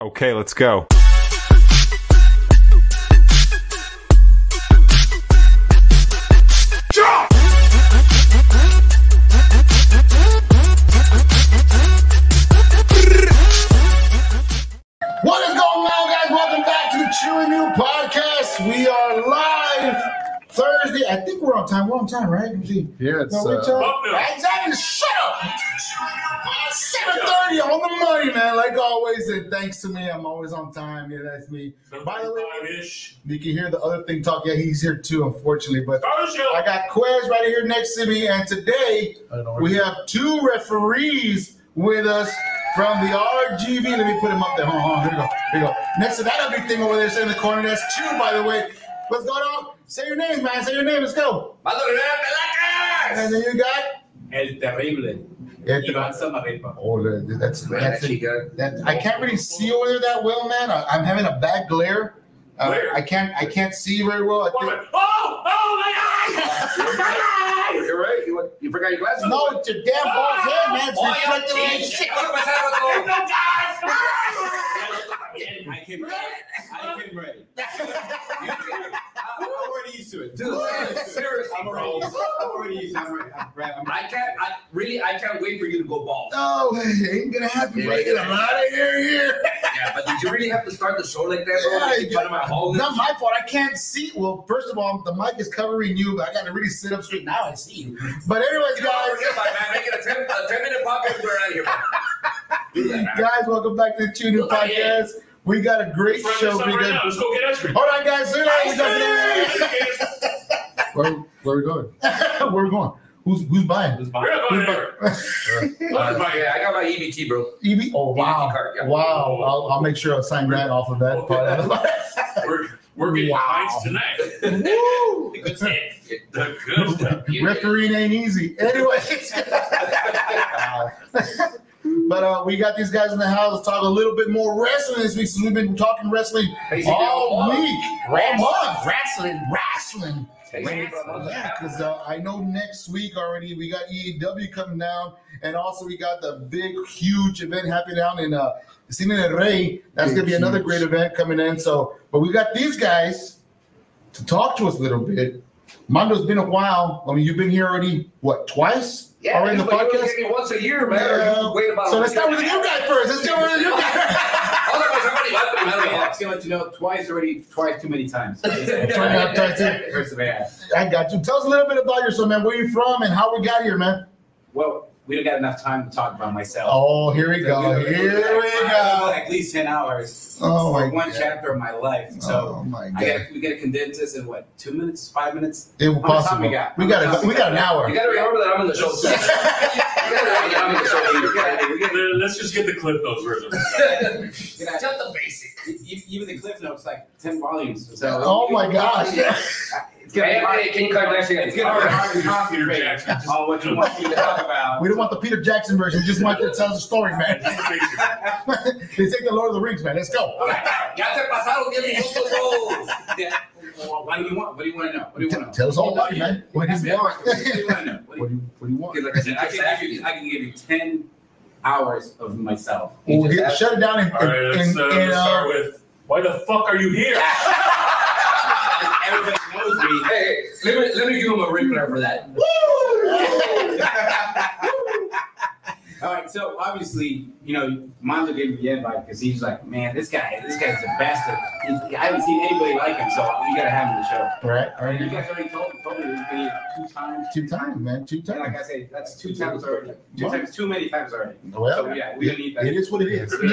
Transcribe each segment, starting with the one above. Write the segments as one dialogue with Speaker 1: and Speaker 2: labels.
Speaker 1: Okay, let's go.
Speaker 2: What is going on, guys? Welcome back to the Chewing New Podcast. We are live Thursday. I think we're on time. We're on time, right? Let me see.
Speaker 3: Yeah, it's,
Speaker 2: No, we're
Speaker 3: uh,
Speaker 2: time.
Speaker 4: Up now.
Speaker 2: Exactly. Shut up. Seven thirty on the money, man. Like always, and thanks to me, I'm always on time. Yeah, that's me. By the way,
Speaker 4: ish.
Speaker 2: you can hear the other thing talk. Yeah, he's here too, unfortunately. But
Speaker 4: Start the show.
Speaker 2: I got Quez right here next to me, and today
Speaker 3: I don't know.
Speaker 2: we have two referees with us from the RGV. Let me put him up there. Hold on, hold on. Here we go. Here we go. Next to that ugly thing over there, sitting in the corner. That's two, by the way. What's going on? Say your names, man. Say your name. Let's go. And then you got.
Speaker 5: El terrible.
Speaker 2: Yeah,
Speaker 5: Iván Samarripa.
Speaker 2: Oh, that- that's that's it.
Speaker 5: chica.
Speaker 2: That I can't really see over there that well, man. I, I'm having a bad glare. Uh,
Speaker 4: Glare?
Speaker 2: I can't I can't see very well. I
Speaker 4: One
Speaker 2: think-
Speaker 4: minute. Oh, oh my eyes! My eyes!
Speaker 5: You're right. You, you forgot your glasses.
Speaker 2: No, it's your damn bald head, man. It's reflecting on your shit.
Speaker 4: I have no
Speaker 5: I
Speaker 4: eyes!
Speaker 5: came ready. I came ready. I'm already used to it. Dude, seriously, I'm already used to it. I'm already used to it. I'm ready. I'm ready. I'm ready. I can't. I really. I can't wait for you to go bald.
Speaker 2: No, Oh, it ain't gonna happen.
Speaker 5: Yeah,
Speaker 2: Bro. Get
Speaker 5: yeah.
Speaker 2: him out of here. Here.
Speaker 5: Yeah, but did you really have to start the show like that, bro?
Speaker 2: Yeah,
Speaker 5: Making fun of my whole.
Speaker 2: Not my fault. I can't see. Well, first of all, the mic is covering you, but I gotta really sit up straight now. I see you. But anyways,
Speaker 5: Get over here,
Speaker 2: guys,
Speaker 5: my man. Make it a ten, a ten minute pop and we're out of here. man. Do that, man.
Speaker 2: guys, welcome back to the Tune In
Speaker 5: Look at
Speaker 2: Podcast. We got a great
Speaker 4: Let's
Speaker 2: show.
Speaker 4: wrap this up right
Speaker 2: We
Speaker 4: now.
Speaker 2: got.
Speaker 4: Let's go get ice cream.
Speaker 2: All right, guys. sit down. We got-
Speaker 4: Ice cream.
Speaker 3: where, where are we going?
Speaker 2: Where we going? Who's who's buying?
Speaker 5: Who's
Speaker 4: We're
Speaker 5: buying?
Speaker 4: not going there. Let's
Speaker 5: Uh,
Speaker 4: buy it.
Speaker 5: yeah, I got my EBT, bro.
Speaker 2: EB? Oh wow,
Speaker 5: EBT E card, yeah.
Speaker 2: wow! I'll, I'll make sure I'll sign that off of that.
Speaker 4: We're, we're getting
Speaker 2: Wow.
Speaker 4: pints tonight.
Speaker 2: Woo!
Speaker 4: The good stuff. The good stuff.
Speaker 2: Refereeing ain't easy. Anyways, but uh, we got these guys in the house to talk a little bit more wrestling this week since we've been talking wrestling
Speaker 5: Basically,
Speaker 2: all
Speaker 5: all month.
Speaker 2: week, all month, wrestling, wrestling. Yeah,
Speaker 5: Yeah,
Speaker 2: because uh, I know next week already we got EAW coming down, and also we got the big, huge event happening down in uh, Cine del Rey. That's
Speaker 3: Big,
Speaker 2: going to be another
Speaker 3: huge.
Speaker 2: great event coming in. So, but we got these guys to talk to us a little bit. Mondo's been a while. I mean, you've been here already what twice
Speaker 5: Yeah,
Speaker 2: already in the
Speaker 5: but you only
Speaker 2: podcast.
Speaker 5: get me once a year, man. or
Speaker 2: Yeah.
Speaker 5: you wait about
Speaker 2: So
Speaker 5: a
Speaker 2: let's
Speaker 5: year.
Speaker 2: start with the new guy first. Let's start with the new guy.
Speaker 5: Otherwise, I'm already left with another
Speaker 6: I
Speaker 5: box.
Speaker 6: feel like you know twice already, twice too many times.
Speaker 2: Turn up, turn up.
Speaker 6: It hurts the ass.
Speaker 2: I got you. Tell us a little bit about yourself, man. Where you from and how we got here, man.
Speaker 6: Well, we don't got enough time to talk about myself.
Speaker 2: Oh, here we go. Here we go.
Speaker 6: At least ten hours.
Speaker 2: Oh
Speaker 6: for
Speaker 2: my
Speaker 6: one
Speaker 2: God.
Speaker 6: chapter of my life. So
Speaker 2: Oh my
Speaker 6: I
Speaker 2: god.
Speaker 6: gotta, we gotta condense this in what two minutes, five minutes?
Speaker 2: It was
Speaker 6: How much time
Speaker 2: possible.
Speaker 6: we got?
Speaker 2: We
Speaker 6: How
Speaker 2: got
Speaker 6: much
Speaker 2: a,
Speaker 6: time
Speaker 2: we
Speaker 6: we
Speaker 2: got an hour.
Speaker 5: You gotta remember that I'm in the show. too. You gotta remember that I'm in the show. too. You gotta- you gotta-
Speaker 4: Let's just get the clip notes version.
Speaker 6: You gotta-
Speaker 5: Just the basic.
Speaker 6: e- Even the cliff notes like ten volumes. So
Speaker 2: Oh my gosh.
Speaker 6: it's gonna be hard.
Speaker 5: Hey, King Kong last year.
Speaker 6: It's gonna be hard to
Speaker 4: Peter
Speaker 6: concentrate
Speaker 4: Jackson. Just
Speaker 6: on what you want me to talk about.
Speaker 2: We don't want the Peter Jackson version. We just want to tell us a story, man.
Speaker 4: Basic.
Speaker 2: they take the Lord of the Rings, man. Let's go.
Speaker 5: Ya te pasaron 10 minutos, bro.
Speaker 6: Yeah. Well, What do you want? What do you want to know? What do you
Speaker 2: T-
Speaker 6: want to know?
Speaker 2: tell us all about it, man. What do
Speaker 6: That's
Speaker 2: you
Speaker 6: it.
Speaker 2: want?
Speaker 6: What do you want to know? What do you-
Speaker 2: What do you What do you want?
Speaker 6: Okay, like I said, I can give you, I can give you ten hours of myself. You
Speaker 2: We'll
Speaker 6: just
Speaker 2: get,
Speaker 6: ask-
Speaker 2: shut it down and,
Speaker 4: All right, let's,
Speaker 2: and,
Speaker 4: uh,
Speaker 2: and,
Speaker 4: let's start
Speaker 2: uh,
Speaker 4: with why the fuck are you here?
Speaker 6: Everybody knows me.
Speaker 5: Hey, hey, let me, let me give him a rippler for that.
Speaker 6: All right, so obviously, you know, Mondo gave me the invite because he's like, man, this guy, this guy's the bastard. He- I haven't seen anybody like him, so we gotta have him on the show.
Speaker 2: right, uh, all
Speaker 6: You
Speaker 2: right.
Speaker 6: guys already told, told me it was gonna be here two times.
Speaker 2: Two times, man. Two
Speaker 6: And like
Speaker 2: times.
Speaker 6: I said, that's two times already. Two times, too many times already.
Speaker 2: Well,
Speaker 6: So yeah, we don't need that.
Speaker 2: it is what it is.
Speaker 6: Sorry,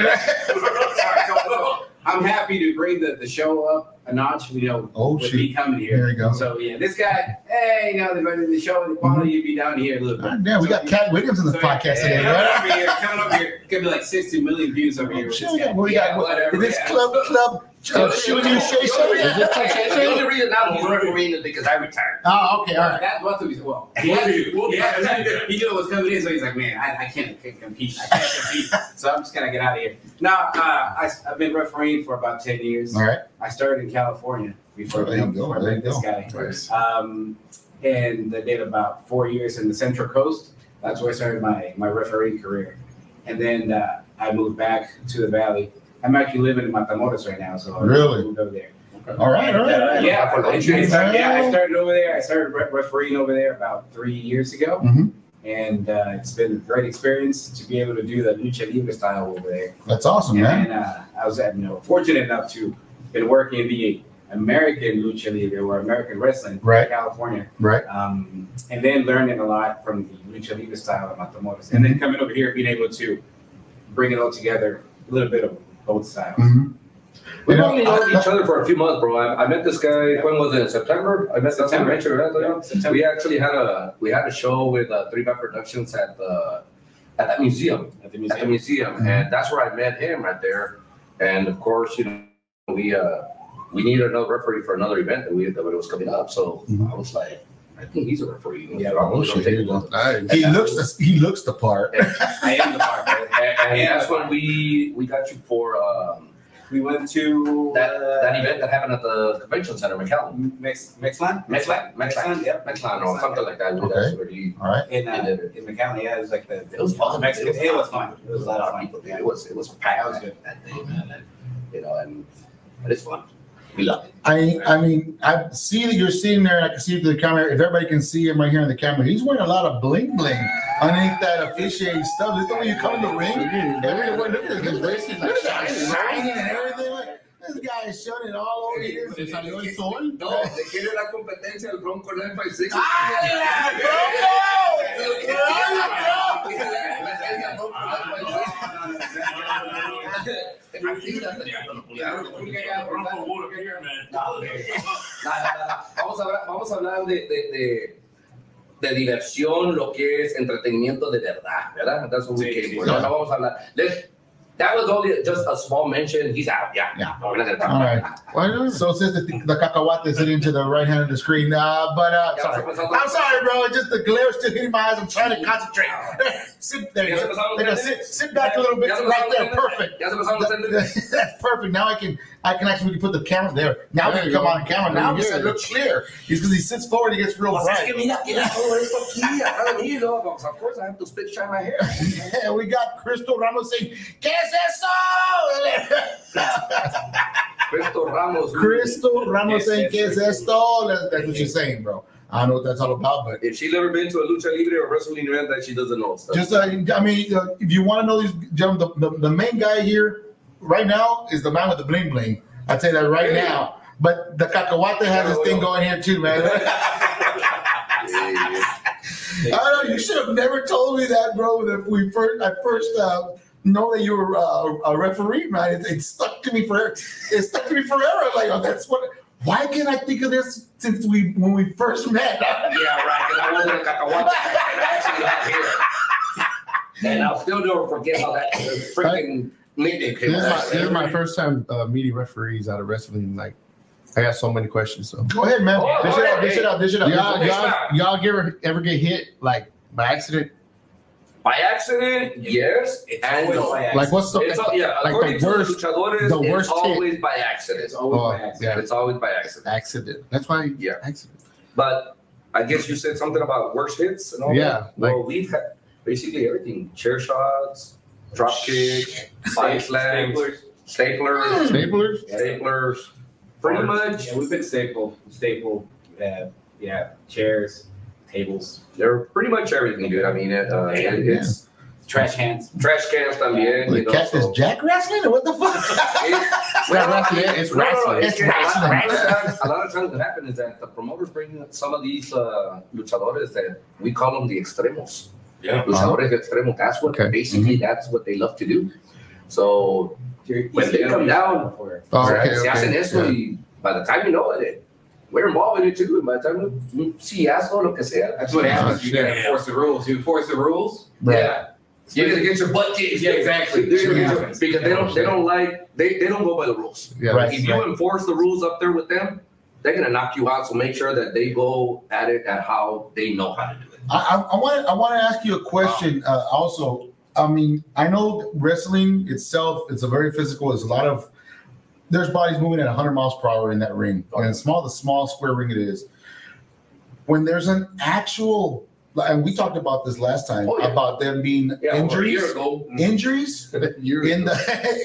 Speaker 6: so- so I'm happy to bring the, the show up a notch, you know,
Speaker 2: Oh,
Speaker 6: with
Speaker 2: shoot.
Speaker 6: me coming
Speaker 2: There
Speaker 6: here.
Speaker 2: you go.
Speaker 6: So yeah, this guy, hey, you know, the, the show and the quality, you'd be down here a little bit.
Speaker 2: God Ah, damn, we got
Speaker 6: So,
Speaker 2: Cat Williams in this
Speaker 6: so,
Speaker 2: podcast
Speaker 6: yeah,
Speaker 2: today,
Speaker 6: Coming
Speaker 2: right?
Speaker 6: over here, coming over here, could be like 60 million views over here. with
Speaker 2: Sure,
Speaker 6: this
Speaker 2: Oh, we got, we got
Speaker 6: guy. Yeah, whatever,
Speaker 2: this
Speaker 6: yeah.
Speaker 2: club, club,
Speaker 5: So,
Speaker 6: Oh,
Speaker 2: show,
Speaker 5: the
Speaker 2: show,
Speaker 5: only
Speaker 2: show,
Speaker 5: reason- the only reason- the only
Speaker 2: show.
Speaker 5: reason now he's refereeing is because I retired.
Speaker 2: Oh, okay, all right.
Speaker 6: That was the reason. Well,
Speaker 4: We'll
Speaker 6: he,
Speaker 4: be- we'll be-
Speaker 6: yeah, he knew it was coming in, so he's like, man, I, I can't c- compete. I can't compete. so I'm just going to get out of here. Now, uh, I, I've been refereeing for about 10 years.
Speaker 2: All right.
Speaker 6: I started in California before,
Speaker 2: There you go,
Speaker 6: before I
Speaker 2: there you
Speaker 6: met this
Speaker 2: go.
Speaker 6: guy. Um, and I did about four years in the Central Coast. That's where I started my, my refereeing career. And then uh, I moved back to the Valley I'm actually living in Matamoros right now, so I
Speaker 2: Really?
Speaker 6: moved over there.
Speaker 2: All right, all right. all
Speaker 6: Uh,
Speaker 2: right.
Speaker 6: yeah, I
Speaker 2: Congratulations.
Speaker 6: started, yeah, I started over there. I started re- refereeing over there about three years ago,
Speaker 2: Mhm.
Speaker 6: and uh, it's been a great experience to be able to do the lucha libre style over there.
Speaker 2: That's awesome, man.
Speaker 6: And uh, I was at, you know, fortunate enough to been working in the American lucha libre or American wrestling
Speaker 2: Right.
Speaker 6: in California,
Speaker 2: Right.
Speaker 6: um, and then learning a lot from the lucha libre style of Matamoros, and then coming over here being able to bring it all together, a little bit of both styles.
Speaker 2: Mhm.
Speaker 5: We've
Speaker 2: You know,
Speaker 5: only known
Speaker 2: I-
Speaker 5: each other for a few months, bro. I, I met this guy. When was it? In September. I met
Speaker 6: September.
Speaker 5: September. September.
Speaker 6: September.
Speaker 5: We actually had a we had a show with uh, Three Bad Productions at the at that museum
Speaker 6: At the
Speaker 5: at the
Speaker 6: museum.
Speaker 5: museum,
Speaker 6: Mm-hmm.
Speaker 2: Mhm.
Speaker 5: and that's where I met him right there. And of course, you know, we uh, we needed another referee for another event that we that was coming up. So
Speaker 2: Mhm.
Speaker 5: I was like, I think he's a referee.
Speaker 6: Mm-hmm. Yeah,
Speaker 5: So I'm
Speaker 3: Oh,
Speaker 5: gonna
Speaker 3: shit.
Speaker 5: take
Speaker 3: Here you
Speaker 5: him
Speaker 3: go.
Speaker 5: on.
Speaker 3: Nice.
Speaker 2: He looks the he looks the part.
Speaker 6: I am the part. brother.
Speaker 5: And, and that's when we we got you for um,
Speaker 6: We went to
Speaker 5: that
Speaker 6: uh,
Speaker 5: that event that happened at the convention center in McAllen.
Speaker 6: Mex Mexlan.
Speaker 5: Mexlan, Mexlan,
Speaker 6: Mexlan. Yep.
Speaker 5: Mexlan or something like that.
Speaker 2: Okay.
Speaker 5: That's where he-
Speaker 2: All right.
Speaker 6: In
Speaker 5: And
Speaker 6: uh,
Speaker 5: then-
Speaker 6: in McAllen, yeah, it was like the
Speaker 5: It was fun.
Speaker 6: Mexican. It was, fun. It was a lot of fun.
Speaker 5: people there.
Speaker 6: Yeah.
Speaker 5: It was it was packed that, that day, man. And, you know, and but it's fun. We love it.
Speaker 2: I I mean I see that you're sitting there. I can see through the camera. If everybody can see him right here in the camera, he's wearing a lot of bling bling underneath that officiating stuff. This the way you come in the ring. Everyone, look at this. His waist is like shining, shining and everything. Look, This guy is showing it all over here.
Speaker 5: Se salió el
Speaker 2: sol.
Speaker 5: No, de quién era la competencia del Bronco en el 56. Nada, nada. Vamos a hablar, vamos a hablar de, de, de, de diversión, lo que es entretenimiento de verdad, ¿verdad? That's what we
Speaker 6: Sí,
Speaker 5: came
Speaker 6: sí,
Speaker 5: for.
Speaker 2: sí.
Speaker 5: No, no vamos a hablar. Let's- that was only just a small mention. He's out, yeah.
Speaker 2: Yeah.
Speaker 5: No, we're not gonna talk
Speaker 2: All
Speaker 5: about
Speaker 2: right.
Speaker 5: that.
Speaker 2: So it says that the, the cacahuate is hitting to the right hand of the screen. Uh, but uh,
Speaker 5: Ya
Speaker 2: sorry.
Speaker 5: se pasó
Speaker 2: I'm
Speaker 5: todo.
Speaker 2: sorry, bro. Just the glare still hitting my eyes. I'm trying to concentrate. sit there.
Speaker 5: Ya se pasaron los
Speaker 2: There you go.
Speaker 5: tres
Speaker 2: Sit,
Speaker 5: minutos.
Speaker 2: sit back a little bit.
Speaker 5: Ya se
Speaker 2: Right
Speaker 5: pasaron
Speaker 2: there.
Speaker 5: los tres
Speaker 2: Perfect.
Speaker 5: minutos. Ya se pasaron los tres minutos.
Speaker 2: That's perfect. Now I can I can actually put the camera there. Now we
Speaker 3: There
Speaker 2: can
Speaker 3: you
Speaker 2: come
Speaker 3: go.
Speaker 2: on camera. Now it's
Speaker 3: Yeah.
Speaker 2: I look clear. It's because he sits forward, he gets real
Speaker 5: Pues es que
Speaker 2: bright.
Speaker 5: mira, mira todo esto aquí, acá de mí, ¿no? Pues, of course I have to spit shine my hair.
Speaker 2: Yeah, we got Crystal Ramos saying, "Que es eso?"
Speaker 5: Cristo Ramos.
Speaker 2: Crystal Ramos
Speaker 6: Yes,
Speaker 2: saying,
Speaker 6: yes,
Speaker 2: "Que es
Speaker 6: yes.
Speaker 2: esto?" That's, that's what you're saying, bro. I don't know what that's all about, but
Speaker 5: If she's ever been to a lucha libre or wrestling event that she doesn't know stuff.
Speaker 2: Just, uh, I mean, uh, if you want to know these, gentlemen, the, the, the main guy here right now is the man with the bling bling. I'd say that right
Speaker 5: Yeah.
Speaker 2: now. But the cacahuate has his thing going here too, man. I don't know. You should have never told me that, bro. That we first, I first uh, know that you were uh, a referee, man. It, it stuck to me forever. It stuck to me forever. Like, oh, that's what. Why can't I think of this since we when we first met?
Speaker 5: Yeah, right. Because I wasn't a cacahuate. Actually, not here. And I'll still never forget how that freaking nickname came
Speaker 3: This is, my,
Speaker 5: about.
Speaker 3: this is my first time uh, meeting referees out of wrestling. Like, I got so many questions. So,
Speaker 2: Go ahead, man.
Speaker 5: Oh,
Speaker 2: dish it out. Dish it out. Dish it out.
Speaker 3: y'all,
Speaker 5: Next
Speaker 3: y'all,
Speaker 5: time.
Speaker 3: y'all ever ever get hit like by accident?
Speaker 5: By accident, yes. And
Speaker 6: always
Speaker 5: no.
Speaker 6: by accident.
Speaker 3: Like, what's the
Speaker 5: It's all, yeah,
Speaker 3: the
Speaker 5: according to
Speaker 3: worst-
Speaker 5: the luchadores,
Speaker 3: the
Speaker 5: it's
Speaker 3: worst hit.
Speaker 5: always by accident.
Speaker 6: It's always
Speaker 3: Oh,
Speaker 6: by accident.
Speaker 3: yeah.
Speaker 5: It's always by accident.
Speaker 3: accident? That's why.
Speaker 5: Yeah.
Speaker 3: accident.
Speaker 5: But I guess you said something about worst hits and all that.
Speaker 3: Yeah, like
Speaker 5: well, we've had basically everything: chair shots, drop kicks, body slams,
Speaker 6: Staplers.
Speaker 5: staplers,
Speaker 3: staplers.
Speaker 5: staplers. Pretty much,
Speaker 6: Yeah, we've been staple, staple, uh, yeah, chairs, tables,
Speaker 5: they're pretty much everything, dude. I mean, it, uh, it, it's
Speaker 6: trash cans.
Speaker 5: trash cans también.
Speaker 2: The
Speaker 5: you know,
Speaker 2: cat is
Speaker 5: so-
Speaker 2: jack wrestling or what the fuck?
Speaker 5: It-
Speaker 3: Not wrestling. It's
Speaker 5: No, no, no,
Speaker 3: wrestling.
Speaker 5: it's- a
Speaker 2: wrestling.
Speaker 5: lot- A lot of times- a lot of times what happens is that the promoters bring some of these uh, luchadores that we call them the extremos.
Speaker 6: Yeah.
Speaker 5: Luchadores de extremo. That's what
Speaker 3: Uh-huh. Okay. Mm-hmm.
Speaker 5: basically that's what they love to do. So When they come down-
Speaker 6: for
Speaker 3: Oh,
Speaker 5: Right?
Speaker 3: okay,
Speaker 5: Se hacen
Speaker 3: okay.
Speaker 5: eso
Speaker 3: Yeah.
Speaker 5: y by the time you know it, we're involved in it too. By the time you- you see asshole, lo que sea.
Speaker 6: That's what happens. you gotta
Speaker 5: Yeah.
Speaker 6: enforce the rules. You enforce the rules.
Speaker 5: Yeah. You're gonna get your butt kicked.
Speaker 6: Yeah, exactly.
Speaker 5: You're gonna get your-
Speaker 6: Yeah.
Speaker 5: because they don't they don't like they, they don't go by the rules.
Speaker 3: Yeah,
Speaker 2: Right.
Speaker 5: If you enforce the rules up there with them, they're gonna knock you out. So make sure that they go at it at how they know how to do it.
Speaker 2: I, I want to I want to ask you a question. Uh, also, I mean, I know wrestling itself it's a very physical. There's a lot of there's bodies moving at 100 miles per hour in that ring, and it's small the small square ring it is. When there's an actual like, and we talked about this last time
Speaker 5: Oh, yeah.
Speaker 2: about them being
Speaker 5: Yeah, over a
Speaker 2: injuries,
Speaker 5: year ago.
Speaker 2: injuries
Speaker 3: You're
Speaker 2: in the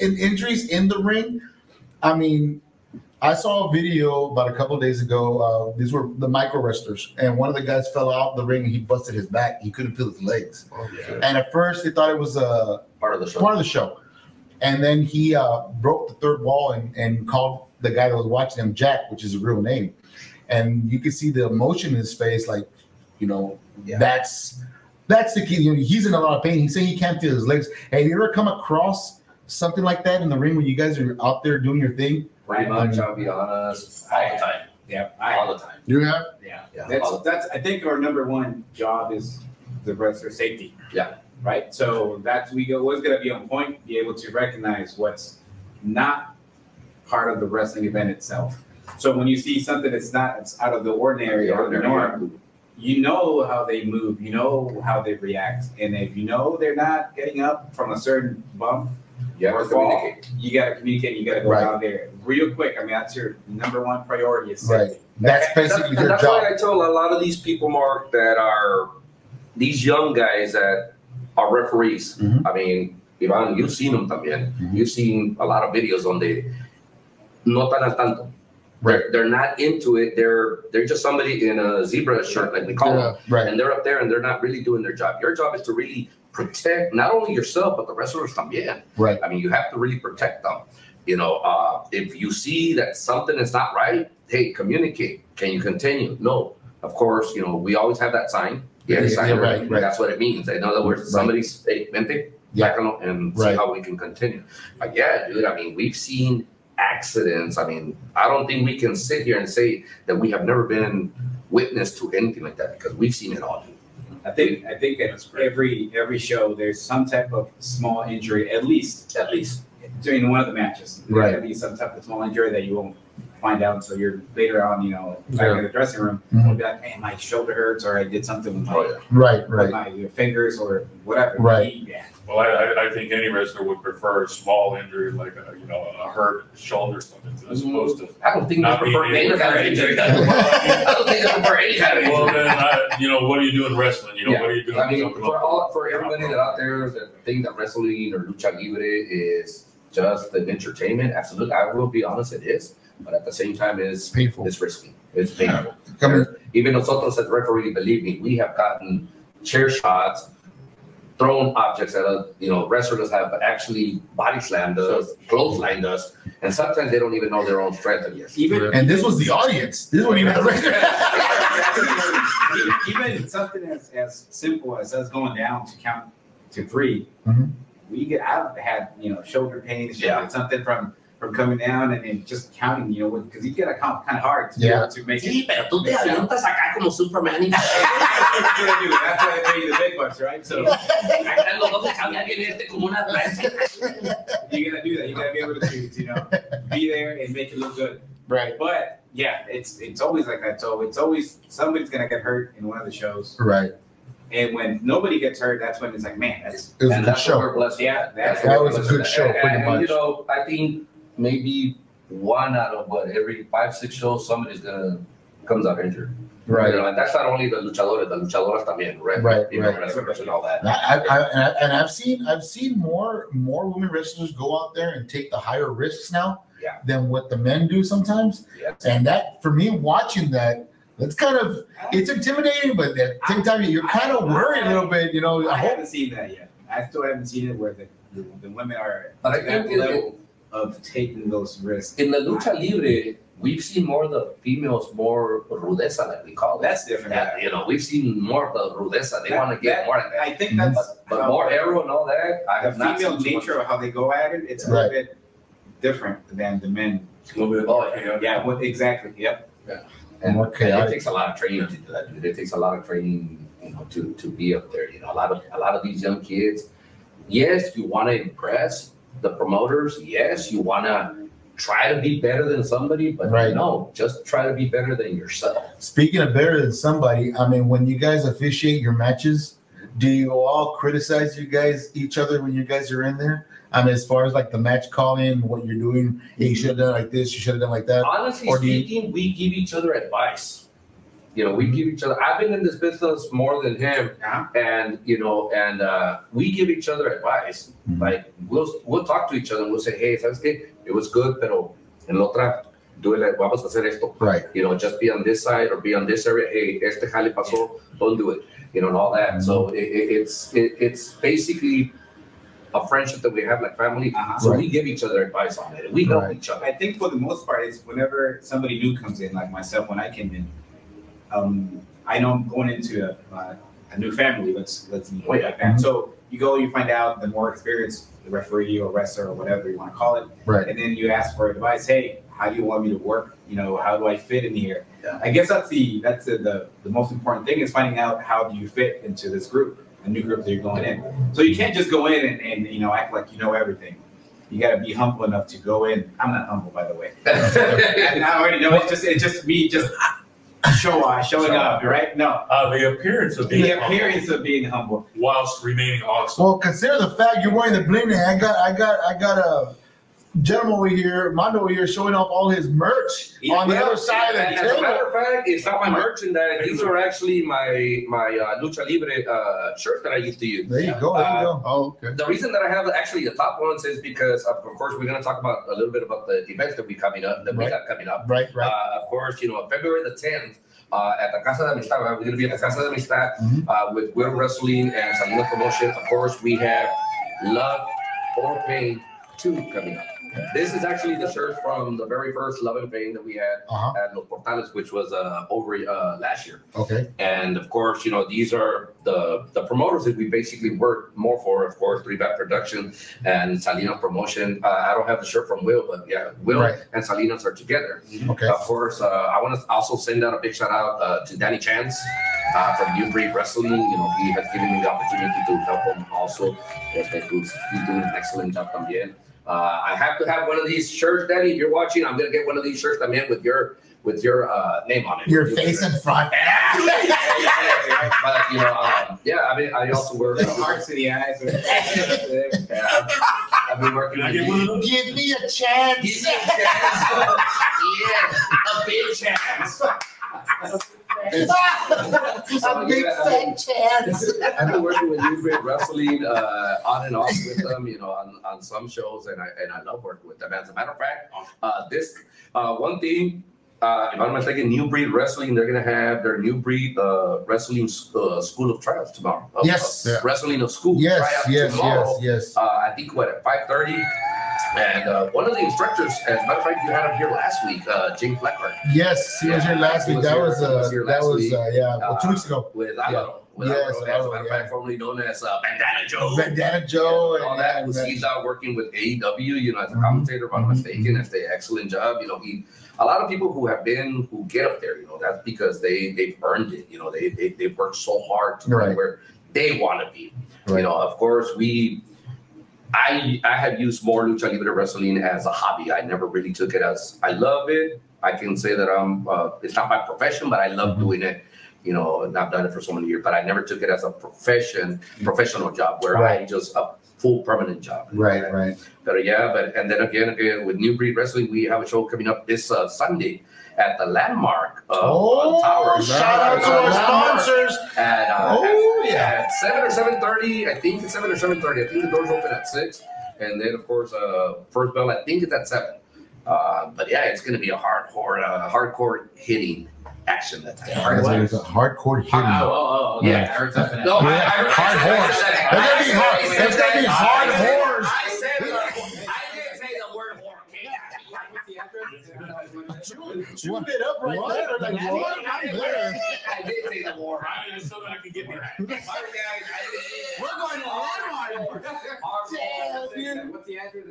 Speaker 2: in injuries in the ring. I mean, I saw a video about a couple of days ago. Uh, these were the micro wrestlers, and one of the guys fell out the ring and he busted his back. He couldn't feel his legs, and at first they thought it was uh, a
Speaker 5: Part of the show.
Speaker 2: part of the show. And then he uh, broke the third wall and, and called the guy that was watching him Jack, which is a real name. And you could see the emotion in his face, like, you know, that's that's the key. You know, he's in a lot of pain. He's saying he can't feel his legs. Have you ever come across something like that in the ring when you guys are out there doing your thing?
Speaker 5: Pretty much, I'll be honest. All the time.
Speaker 6: Yeah, I,
Speaker 5: All the time.
Speaker 3: you have
Speaker 6: yeah.
Speaker 5: Yeah. all
Speaker 6: That's
Speaker 5: the-
Speaker 6: that's I think our number one job is the wrestler safety.
Speaker 5: Yeah.
Speaker 6: Right. So that's we go. What's gonna be on point? Be able to recognize what's not part of the wrestling event itself. So when you see something that's not that's out of the ordinary or the norm, you know how they move, you know how they react, and if you know they're not getting up from a certain bump,
Speaker 5: You have to
Speaker 6: Or fall.
Speaker 5: communicate.
Speaker 6: you got to communicate. You got to go
Speaker 2: Right.
Speaker 6: down there real quick. I mean, that's your number one priority. Is
Speaker 2: Right.
Speaker 6: safety.
Speaker 2: That's
Speaker 6: Okay.
Speaker 2: basically
Speaker 5: And
Speaker 2: your
Speaker 5: that's
Speaker 2: job.
Speaker 5: why I tell a lot of these people, Mark, that are these young guys that are referees.
Speaker 2: Mhm.
Speaker 5: I mean, Ivan, you've seen them también.
Speaker 2: Mhm.
Speaker 5: You've seen a lot of videos on the no tan al tanto.
Speaker 2: Right.
Speaker 5: They're, they're not into it. They're they're just somebody in a zebra shirt, like we call them.
Speaker 3: yeah.
Speaker 2: Right.
Speaker 5: and they're up there and they're not really doing their job. Your job is to really protect not only yourself but the wrestlers también.
Speaker 2: Right.
Speaker 5: I mean, you have to really protect them. You know, uh, if you see that something is not right, hey, communicate. Can you continue? No, of course. You know, we always have that sign. Yeah,
Speaker 2: Yeah,
Speaker 5: sign.
Speaker 2: yeah, right, right.
Speaker 5: That's what it means. In other words,
Speaker 2: Right.
Speaker 5: somebody's hey, mente,
Speaker 2: Yeah.
Speaker 5: sácalo, and see
Speaker 2: Right.
Speaker 5: how we can continue. But yeah, dude. I mean, we've seen accidents. I mean, I don't think we can sit here and say that we have never been witness to anything like that because we've seen it all. dude.
Speaker 6: I think I think that every every show there's some type of small injury at least
Speaker 5: At least.
Speaker 6: during one of the matches. There's
Speaker 2: Right.
Speaker 6: gotta be some type of small injury that you won't find out until you're later on. You know, back
Speaker 3: Yeah.
Speaker 6: in the dressing room,
Speaker 2: Mhm.
Speaker 6: you'll be like, man, my shoulder hurts, or I did something with my
Speaker 5: Oh, yeah.
Speaker 2: Right.
Speaker 6: with
Speaker 2: Right.
Speaker 6: my fingers or whatever.
Speaker 2: Right.
Speaker 6: Yeah.
Speaker 1: Well, I, I, I think any wrestler would prefer a small injury, like a, you know, a hurt shoulder or something, as
Speaker 5: Mm-hmm.
Speaker 1: opposed to.
Speaker 5: I don't think they
Speaker 1: Not
Speaker 5: prefer
Speaker 1: being
Speaker 5: any
Speaker 1: able
Speaker 5: kind of
Speaker 1: to-
Speaker 5: injury. I don't think they prefer any kind of
Speaker 1: Well,
Speaker 5: injury.
Speaker 1: then, I, you know, what do you do in wrestling? You know, what do you do?
Speaker 5: I mean, for all for everybody that out there that think that wrestling or lucha libre is just an entertainment, absolutely, I will be honest, it is. But at the same time, it's
Speaker 2: It's painful.
Speaker 5: it's risky. It's painful.
Speaker 2: Come here.
Speaker 5: Even nosotros as referee, believe me, we have gotten chair shots, thrown objects at us. You know, wrestlers have actually body slammed us, clotheslined us, and sometimes they don't even know their own strength. I guess.
Speaker 6: Even
Speaker 2: And this was the audience. This wasn't even the record.
Speaker 6: even something as, as simple as us going down to count to 3
Speaker 2: Mhm.
Speaker 6: we get I've had you know shoulder pains,
Speaker 5: Yeah.
Speaker 6: something from from coming down and then just counting, you know, because you got to count kind of hard to be
Speaker 2: Yeah.
Speaker 6: able to make it.
Speaker 5: Sí, pero tú te adelantas acá como Superman. y-
Speaker 6: That's what I do. That's why I pay you the big bucks, right? So
Speaker 5: Acá los dos se cambian y este como una frase.
Speaker 6: you got to do that. You got to be able to, you know, be there and make it look good.
Speaker 2: Right.
Speaker 6: But yeah, it's it's always like that. So it's always somebody's gonna get hurt in one of the shows,
Speaker 2: Right.
Speaker 6: and when nobody gets hurt, that's when it's like, man, that's
Speaker 2: It was a
Speaker 5: And
Speaker 2: good
Speaker 5: that's what
Speaker 2: show.
Speaker 5: we're blessed. with.
Speaker 6: yeah, that's
Speaker 2: That was a good show,
Speaker 5: And-
Speaker 2: pretty
Speaker 5: And, you
Speaker 2: much.
Speaker 5: know, I think maybe one out of what every five, six shows, somebody's gonna comes out injured.
Speaker 2: Right.
Speaker 5: You know, and that's not only the luchadores, the luchadoras también, right?
Speaker 2: Right,
Speaker 5: You know,
Speaker 2: right.
Speaker 5: wrestlers and all that.
Speaker 2: And I, I, I- and I, and I've seen I've seen more more women wrestlers go out there and take the higher risks now
Speaker 5: Yeah.
Speaker 2: than what the men do sometimes.
Speaker 5: Yeah.
Speaker 2: And that for me watching that, that's kind of it's intimidating, but at the same time you're kind of worried a little bit. You know,
Speaker 6: Oh, I
Speaker 2: I hope
Speaker 6: haven't seen that yet. I still haven't seen it where the, the, the women are
Speaker 5: But I
Speaker 6: to that
Speaker 5: think in,
Speaker 6: level of taking those risks.
Speaker 5: in the lucha libre, we've seen more of the females more rudeza, like we call it.
Speaker 6: That's different.
Speaker 5: that, you know, we've seen more of the rudeza. They
Speaker 6: That-
Speaker 5: want to get
Speaker 6: that-
Speaker 5: more like that.
Speaker 6: I think that's
Speaker 5: But, but
Speaker 6: how
Speaker 5: more arrow and all that, I
Speaker 6: the
Speaker 5: have not seen too
Speaker 6: female
Speaker 5: much.
Speaker 6: nature of how they go at it. It's a little bit different than the men.
Speaker 5: Oh,
Speaker 6: Yeah, what exactly? Yep.
Speaker 5: And
Speaker 2: More chaotic.
Speaker 5: it takes a lot of training to do that, dude. It takes a lot of training, you know, to to be up there. You know, a lot of a lot of these young kids. Yes, you want to impress the promoters. Yes, you want to try to be better than somebody, but
Speaker 2: Right.
Speaker 5: no, just try to be better than yourself.
Speaker 2: speaking of better than somebody, I mean when you guys officiate your matches, do you all criticize you guys each other when you guys are in there? I mean, as far as like the match calling, what you're doing, hey, you Mm-hmm. should have done like this, you should have done like that.
Speaker 5: Honestly
Speaker 2: Or do you-
Speaker 5: speaking, we give each other advice. You know, we give each other. I've been in this business more than him,
Speaker 6: Uh-huh.
Speaker 5: and you know, and uh, we give each other advice.
Speaker 2: Mhm.
Speaker 5: Like we'll we'll talk to each other. and We'll say, hey, sabes qué? It was good, pero en la otra, duele. Vamos a hacer esto.
Speaker 2: Right.
Speaker 5: You know, just be on this side or be on this area. Hey, este jale pasó. Don't do it. You know, and all that.
Speaker 2: Mm-hmm.
Speaker 5: So it, it, it's it, it's basically a friendship that we have like family.
Speaker 6: Uh-huh.
Speaker 5: So
Speaker 2: Right.
Speaker 5: we give each other advice on it. We help
Speaker 2: Right.
Speaker 5: each other.
Speaker 6: I think for the most part, is whenever somebody new comes in, like myself when I came in, um, I know I'm going into a, uh, a new family. Let's let's
Speaker 5: Oh,
Speaker 6: put it like that. So you go, you find out the more experienced the referee or wrestler or whatever you want to call it,
Speaker 2: Right.
Speaker 6: And then you ask for advice. Hey, how do you want me to work? You know, how do I fit in here?
Speaker 5: Yeah.
Speaker 6: I guess that's the that's the, the the most important thing is finding out how do you fit into this group, a new group that you're going in. So you can't just go in and, and you know act like you know everything. You got to be humble enough to go in. I'm not humble, by the way. And I already know it's just it's just me just show off, showing
Speaker 5: Show
Speaker 6: up, right? No,
Speaker 1: Uh, the appearance of being
Speaker 6: the
Speaker 1: humble
Speaker 6: appearance of being humble.
Speaker 1: whilst remaining awesome.
Speaker 2: Well, consider the fact you're wearing the bling. I got, I got, I got a gentleman over here, Mondo over here, showing off all his merch
Speaker 6: He-
Speaker 2: on the
Speaker 6: well,
Speaker 2: other side
Speaker 5: And
Speaker 2: of the
Speaker 5: as a
Speaker 2: table.
Speaker 5: matter of fact, it's not my merchandise. These are actually my my uh, lucha libre uh, shirt that I used to use. Uh,
Speaker 2: There you go. There you go.
Speaker 3: Oh, okay.
Speaker 5: The reason that I have actually the top ones is because of, of course we're going to talk about a little bit about the events that we coming up that we
Speaker 2: Right.
Speaker 5: got coming up.
Speaker 2: Right, right.
Speaker 5: Uh, of course, you know February the tenth. Uh, at the Casa de Amistad, right? we're going to be at the Casa de Amistad
Speaker 2: Mhm.
Speaker 5: uh, with Will Wrestling and Salud Promotion. Of course, we have Love or Pain 2 coming up. This is actually the shirt from the very first Love and Pain that we had
Speaker 2: Uh huh.
Speaker 5: at Los Portales, which was uh, over uh, last year.
Speaker 2: Okay.
Speaker 5: And of course, you know, these are the, the promoters that we basically work more for, of course, Three Back Production and Salinas Promotion. Uh, I don't have the shirt from Will, but yeah, Will
Speaker 2: Right. Mm-hmm.
Speaker 5: and Salinas are together.
Speaker 2: Okay.
Speaker 5: Of course, uh, I want to also send out a big shout out uh, to Danny Chance uh, from New Breed Wrestling. You know, he has given me the opportunity to help him also. Este, He's he's doing an excellent job también. Uh, I have to have one of these shirts, Danny. If you're watching, I'm gonna get one of these shirts también with your with your uh, name on it.
Speaker 2: Your face in front.
Speaker 5: But you know, um, yeah. I mean, I also work. I've
Speaker 6: Hearts in the eyes. right?
Speaker 5: been working.
Speaker 1: Can I get
Speaker 5: with the-
Speaker 1: one of those?
Speaker 2: Give me a
Speaker 5: Give
Speaker 2: chance.
Speaker 5: me a chance. yeah, a big chance.
Speaker 2: a big fat chance.
Speaker 5: I've been working with New Breed Wrestling uh, on and off with them, you know, on, on some shows, and I and I love working with them. As a matter of fact, uh, this uh, one thing, uh, if I'm not mistaken, New Breed Wrestling, they're gonna have their New Breed uh, Wrestling S- uh, School of Trials tomorrow. Uh,
Speaker 2: Yes.
Speaker 5: uh, wrestling of school.
Speaker 2: Yes,
Speaker 5: tryout
Speaker 2: yes,
Speaker 5: tomorrow.
Speaker 2: yes, yes.
Speaker 5: Uh, I think what at five thirty. And uh, one of the instructors, as a matter of fact, you had him here last week, uh, Jim Blackburn,
Speaker 2: Yes, he was here last
Speaker 5: He
Speaker 2: week.
Speaker 5: was
Speaker 2: That
Speaker 5: here-
Speaker 2: was
Speaker 5: he
Speaker 2: uh,
Speaker 5: was here
Speaker 2: that
Speaker 5: last
Speaker 2: was
Speaker 5: week.
Speaker 2: uh, yeah, well, two weeks ago.
Speaker 5: with Alvaro. With
Speaker 2: Yes,
Speaker 5: Alvaro, as a
Speaker 2: Alvaro,
Speaker 5: matter of
Speaker 2: yeah.
Speaker 5: fact, formerly known as uh, Bandana Joe.
Speaker 2: Bandana Joe
Speaker 5: all
Speaker 2: and
Speaker 5: that.
Speaker 2: and-
Speaker 5: was he's out working with AEW, you know, as a
Speaker 2: Mhm.
Speaker 5: commentator, if I'm not
Speaker 2: Mhm.
Speaker 5: mistaken. That's the excellent job. You know, he a lot of people who have been who get up there, you know, that's because they they've earned it. You know, they they they worked so hard to
Speaker 2: Right.
Speaker 5: be where they want to be.
Speaker 2: Right.
Speaker 5: You know, of course we. I I have used more lucha libre wrestling as a hobby. I never really took it as I love it. I can say that I'm. Uh, it's not my profession, but I love
Speaker 2: Mhm.
Speaker 5: doing it. You know, and I've done it for so many years, but I never took it as a profession, professional job where I
Speaker 2: Mm-hmm. Right.
Speaker 5: just a full permanent job.
Speaker 2: Right, right.
Speaker 5: But uh, yeah, but and then again, again with New Breed Wrestling, we have a show coming up this uh, Sunday at the Landmark uh,
Speaker 2: Oh,
Speaker 5: on Tower.
Speaker 2: shout out to our
Speaker 5: Landmark
Speaker 2: sponsors.
Speaker 5: At, uh,
Speaker 2: Oh,
Speaker 5: at,
Speaker 2: yeah.
Speaker 5: at seven or seven thirty, I think it's seven or seven thirty. I think the doors open at six, and then of course, uh, first bell. I think it's at seven. Uh, but yeah, it's gonna be a hardcore, uh, hardcore hitting action that time.
Speaker 2: That's what it's a hardcore
Speaker 6: Oh,
Speaker 2: hitting.
Speaker 6: oh, oh, okay.
Speaker 5: Yeah.
Speaker 6: I heard something.
Speaker 5: No, I, I,
Speaker 2: Yeah,
Speaker 5: I,
Speaker 2: hard
Speaker 5: I,
Speaker 2: horse.
Speaker 5: said that.
Speaker 2: It's gonna be
Speaker 5: I
Speaker 2: hard-
Speaker 5: said
Speaker 2: it's gonna be
Speaker 5: that.
Speaker 2: hard
Speaker 5: I said-
Speaker 2: horse.
Speaker 5: I said the word horse. I didn't say the word horse.
Speaker 2: Chewed it up right
Speaker 3: What?
Speaker 2: there. Like,
Speaker 3: What?
Speaker 2: what? I'm there.
Speaker 5: I did say the war.
Speaker 1: Right, it's something I can get behind.
Speaker 5: We're
Speaker 2: We're going to Landmark. Damn, dude.
Speaker 6: What's the address?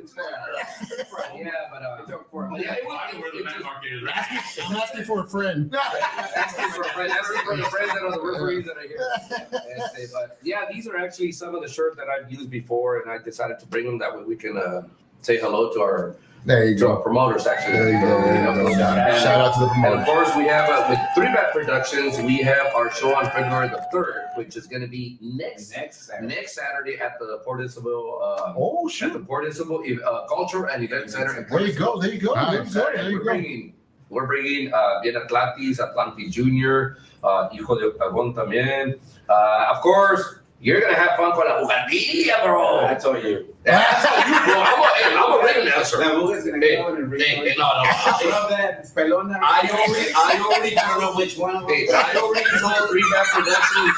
Speaker 6: It's
Speaker 5: Yeah, but uh, it's
Speaker 1: I
Speaker 5: Yeah, it was-
Speaker 1: know where the
Speaker 5: it just-
Speaker 1: landmark is.
Speaker 2: I'm asking for a friend.
Speaker 5: Asking for a friend, asking for the friends that are the referees that are here. Este, But yeah, these are actually some of the shirts that I've used before, and I decided to bring them that way we can uh, say hello to our
Speaker 2: There you
Speaker 5: to our
Speaker 2: go.
Speaker 5: promoters actually.
Speaker 2: There you go. There you go.
Speaker 5: And, uh,
Speaker 2: Shout out to the
Speaker 5: And of
Speaker 2: promoter.
Speaker 5: course, we have uh, with Three Bat Productions, we have our show on February the third, which is going to be next
Speaker 6: Next Saturday.
Speaker 5: next Saturday at the Port Isabel uh,
Speaker 2: Oh
Speaker 5: at the
Speaker 2: shoot!
Speaker 5: Port Isabel uh, Culture and Event Center. in
Speaker 2: There you go. There you go.
Speaker 3: Ah,
Speaker 2: There you go.
Speaker 5: Saturday,
Speaker 2: There
Speaker 5: we're
Speaker 2: you go.
Speaker 5: bringing We're bringing uh, Bien Atlantis, Atlantis Jr., uh, Hijo de Octagon también. Uh, of course, you're going to have fun con la jugadilla,
Speaker 6: Oh, I
Speaker 5: bro.
Speaker 6: told you.
Speaker 5: That's how you, bro. I'm a, hey, I'm a ring announcer.
Speaker 6: That Luga's gonna
Speaker 5: Hey,
Speaker 6: go in and read.
Speaker 5: Hey, hey, no, no.
Speaker 6: I love that Pelona.
Speaker 5: I only- I only-
Speaker 6: don't know which one. of them.
Speaker 5: Hey, I already told Three Back Productions.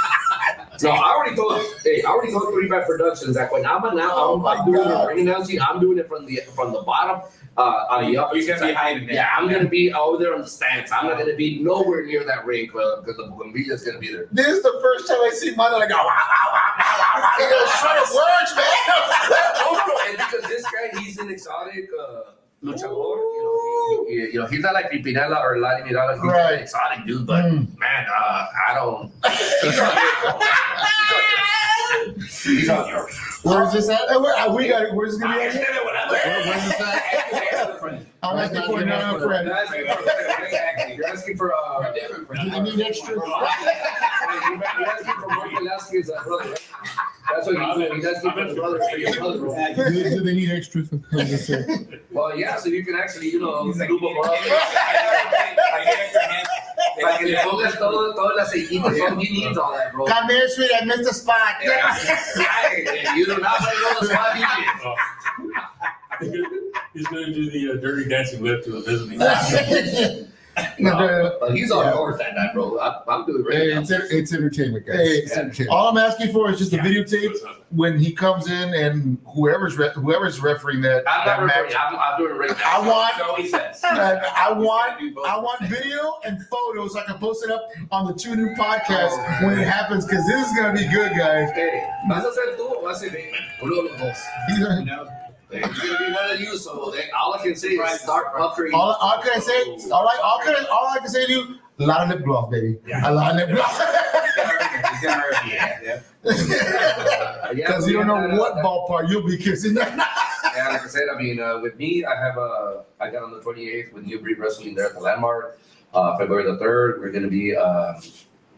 Speaker 5: No, I already told. Hey, I already told Three Back Productions that when I'm announcing,
Speaker 2: Oh
Speaker 5: I'm,
Speaker 2: my
Speaker 5: I'm doing
Speaker 2: God.
Speaker 5: it ring announcing. I'm doing it from the from the bottom. Uh, on the up.
Speaker 6: He's gonna be hiding it.
Speaker 5: Yeah, I'm gonna be over there on the stands. I'm not gonna be nowhere near that ring club because the Bugambilla's gonna be there.
Speaker 2: This is the first time I see mother like, wow, wow, wow, wow, wow, wow. You're short of words, man.
Speaker 5: Oh, and because this guy, he's an exotic uh, luchador. You know, he, he- you know, he's not like Pipinella or Lali Mirada. He's
Speaker 2: Right.
Speaker 5: an exotic dude, but
Speaker 2: Mm.
Speaker 5: man, uh, I don't. He's on your- He's on your.
Speaker 2: Where's this at? Hey, where- uh, we got it. Where's it gonna be
Speaker 5: I
Speaker 2: at?
Speaker 5: understand it,
Speaker 3: Where-
Speaker 5: whatever.
Speaker 3: where's this at?
Speaker 2: I'm asking for another friend.
Speaker 6: You're asking for- exactly. You're asking for uh,
Speaker 2: Do you need extra?
Speaker 5: You're asking for Mark Velasquez, uh, brother. That's what he's doing. He's asking for the brother, for your brother. bro.
Speaker 3: Do, do they need extras? That's
Speaker 5: Well, yeah, so you can actually, you know,
Speaker 6: He's like,
Speaker 5: do a brother. Para que le pongas todo, todo el aceitito, son guinitos, all that, bro.
Speaker 2: Come here, sweet. I missed the spot.
Speaker 5: Right. You do not want to know the spot you did.
Speaker 1: Oh. He's gonna do the uh, dirty dancing lip to the visiting.
Speaker 5: No, but he's on
Speaker 2: Yeah.
Speaker 5: board that night, bro. I, I'm doing right
Speaker 2: Eh,
Speaker 3: hey,
Speaker 5: now.
Speaker 3: it's, it's entertainment, guys.
Speaker 2: Hey,
Speaker 3: it's entertainment.
Speaker 2: All I'm asking for is just a videotape
Speaker 1: It's not-
Speaker 2: when he comes in and whoever's re- whoever's refereeing that,
Speaker 5: I'm
Speaker 2: that
Speaker 5: not
Speaker 2: match.
Speaker 5: referring. I'm, I'm doing right now.
Speaker 2: I want-
Speaker 6: So he says.
Speaker 2: I want I want video and photos. I can post it up on the Two New podcast when it happens because this is gonna be good, guys.
Speaker 5: Hey, ¿Vas a ser tú o va a ser Damon? Uno de los dos.
Speaker 6: No.
Speaker 5: Hey, It's gonna be one of you, so hey, all I can say is start buffering.
Speaker 2: All, all can I say? All right, all can all I can say to you? A lot of lip gloss, baby. A lot of lip gloss.
Speaker 6: He's gonna hurt me. He's gonna hurt me. Yeah, yeah.
Speaker 2: Because you don't know what ballpark you'll be kissing.
Speaker 5: Yeah, like I said, I mean, uh, with me, I have uh, I got on the 28th with New Breed Wrestling there at the Landmark, uh, February the 3rd. We're gonna be um,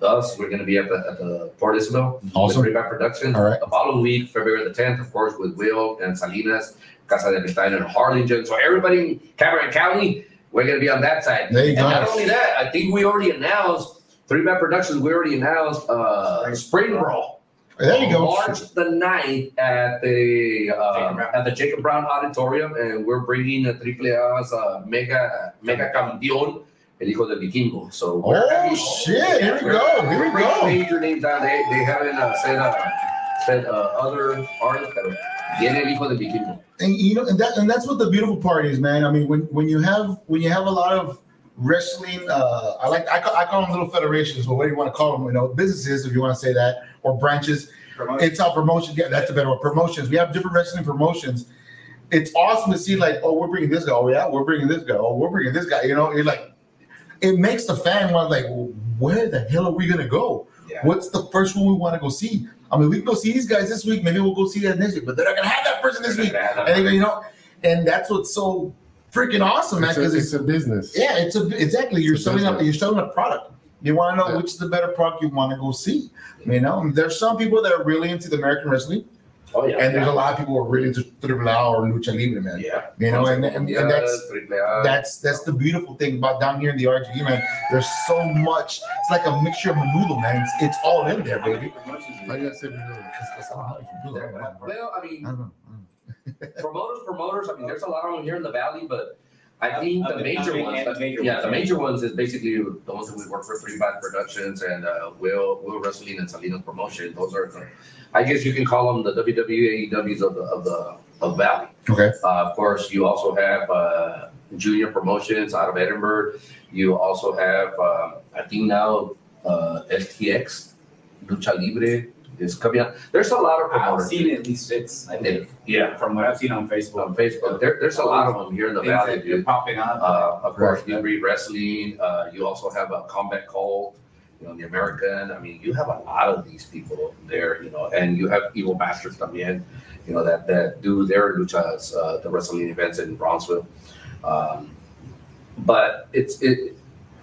Speaker 5: us. We're gonna be at the at the Port Isabel.
Speaker 2: Mm-hmm. Awesome.
Speaker 5: With Breed by Productions.
Speaker 2: All right.
Speaker 5: The following week, February the 10th, of course, with Will and Salinas, Casa de Vestaina and Harlingen. So everybody in Cameron County, we're gonna be on that side.
Speaker 2: There you
Speaker 5: And not
Speaker 2: go.
Speaker 5: only that, I think we already announced Three Bat Productions. We already announced uh, Spring Brawl.
Speaker 2: There you go.
Speaker 5: March the 9th at the
Speaker 6: Jacob
Speaker 5: uh,
Speaker 6: Brown.
Speaker 5: at the Jacob Brown Auditorium, and we're bringing a triple A's uh, mega mega campeón, el hijo del vikingo. So we're
Speaker 2: Oh
Speaker 5: having-
Speaker 2: shit! Here we go. Here we
Speaker 5: we're bringing
Speaker 2: go.
Speaker 5: Major names down. They, they haven't uh, said uh, said uh, other artists, but viene el hijo del vikingo.
Speaker 2: and you know, and that and that's what the beautiful part is, man. I mean, when when you have when you have a lot of wrestling, uh, I like I call, I call them little federations, but what do you want to call them? You know, businesses, if you want to say that, or branches.
Speaker 6: Promotion.
Speaker 2: It's all promotion. Yeah, that's a better one. Promotions. We have different wrestling promotions. It's awesome to see like, oh, we're bringing this guy. Oh yeah, we're bringing this guy. Oh, we're bringing this guy. You know, you're like, it makes the fan want like, well, where the hell are we gonna go?
Speaker 6: Yeah.
Speaker 2: What's the first one we want to go see? I mean, we can go see these guys this week. Maybe we'll go see that next week. But they're not gonna have that person this week. And you know, and that's what's so freaking awesome, man.
Speaker 3: It's a,
Speaker 2: Because it's,
Speaker 3: it's a business.
Speaker 2: yeah, it's a exactly. You're
Speaker 3: It's a
Speaker 2: selling up.
Speaker 3: business.
Speaker 2: You're selling a product. You want to know
Speaker 3: Yeah.
Speaker 2: which is the better product you want to go see. You know, there's some people that are really into the American wrestling,
Speaker 5: Oh yeah,
Speaker 2: and there's a lot of people who are really into Triple A or Lucha Libre, man.
Speaker 5: yeah. Uh,
Speaker 2: You know, and, and, and that's
Speaker 5: triple A.
Speaker 2: that's that's the beautiful thing about down here in the RGE, man. There's so much. It's like a mixture of menudo, man. It's, it's all in there, baby.
Speaker 3: Like I said, we know.
Speaker 2: It's- it's a lot of menudo, man. I
Speaker 5: Well, I mean,
Speaker 2: don't know.
Speaker 5: promoters, promoters. I mean, there's a lot of them here in the valley, but I
Speaker 6: Up-
Speaker 5: think
Speaker 6: up
Speaker 5: the
Speaker 6: and
Speaker 5: major
Speaker 6: coming
Speaker 5: ones,
Speaker 6: and major
Speaker 5: yeah,
Speaker 6: ones,
Speaker 5: the
Speaker 6: right?
Speaker 5: major ones is basically the ones that we work for, Three Bad Productions and uh, Will Will Wrestling and Salinas Promotion. Those are, the, I guess you can call them the WWE AEWs of the of the of Valley.
Speaker 2: Okay.
Speaker 5: Uh, of course, you also have uh, Junior Promotions out of Edinburgh. You also have, um I think now uh, STX Lucha Libre is coming out. There's a lot of
Speaker 6: I've
Speaker 5: promoters.
Speaker 6: seen at least six, I think.
Speaker 5: Yeah,
Speaker 6: From what I've seen on Facebook.
Speaker 5: on Facebook. There, there's a lot of them here in the
Speaker 6: Things
Speaker 5: valley,
Speaker 6: that are
Speaker 5: dude.
Speaker 6: popping up.
Speaker 5: Uh, of course,
Speaker 6: Right.
Speaker 5: New Breed Wrestling. Uh, you also have a Combat Cult, you know, the American. I mean, you have a lot of these people there, you know, and you have Evil Bastards in, you know, that that do their luchas, uh, the wrestling events in Bronzeville. Um, but it's it.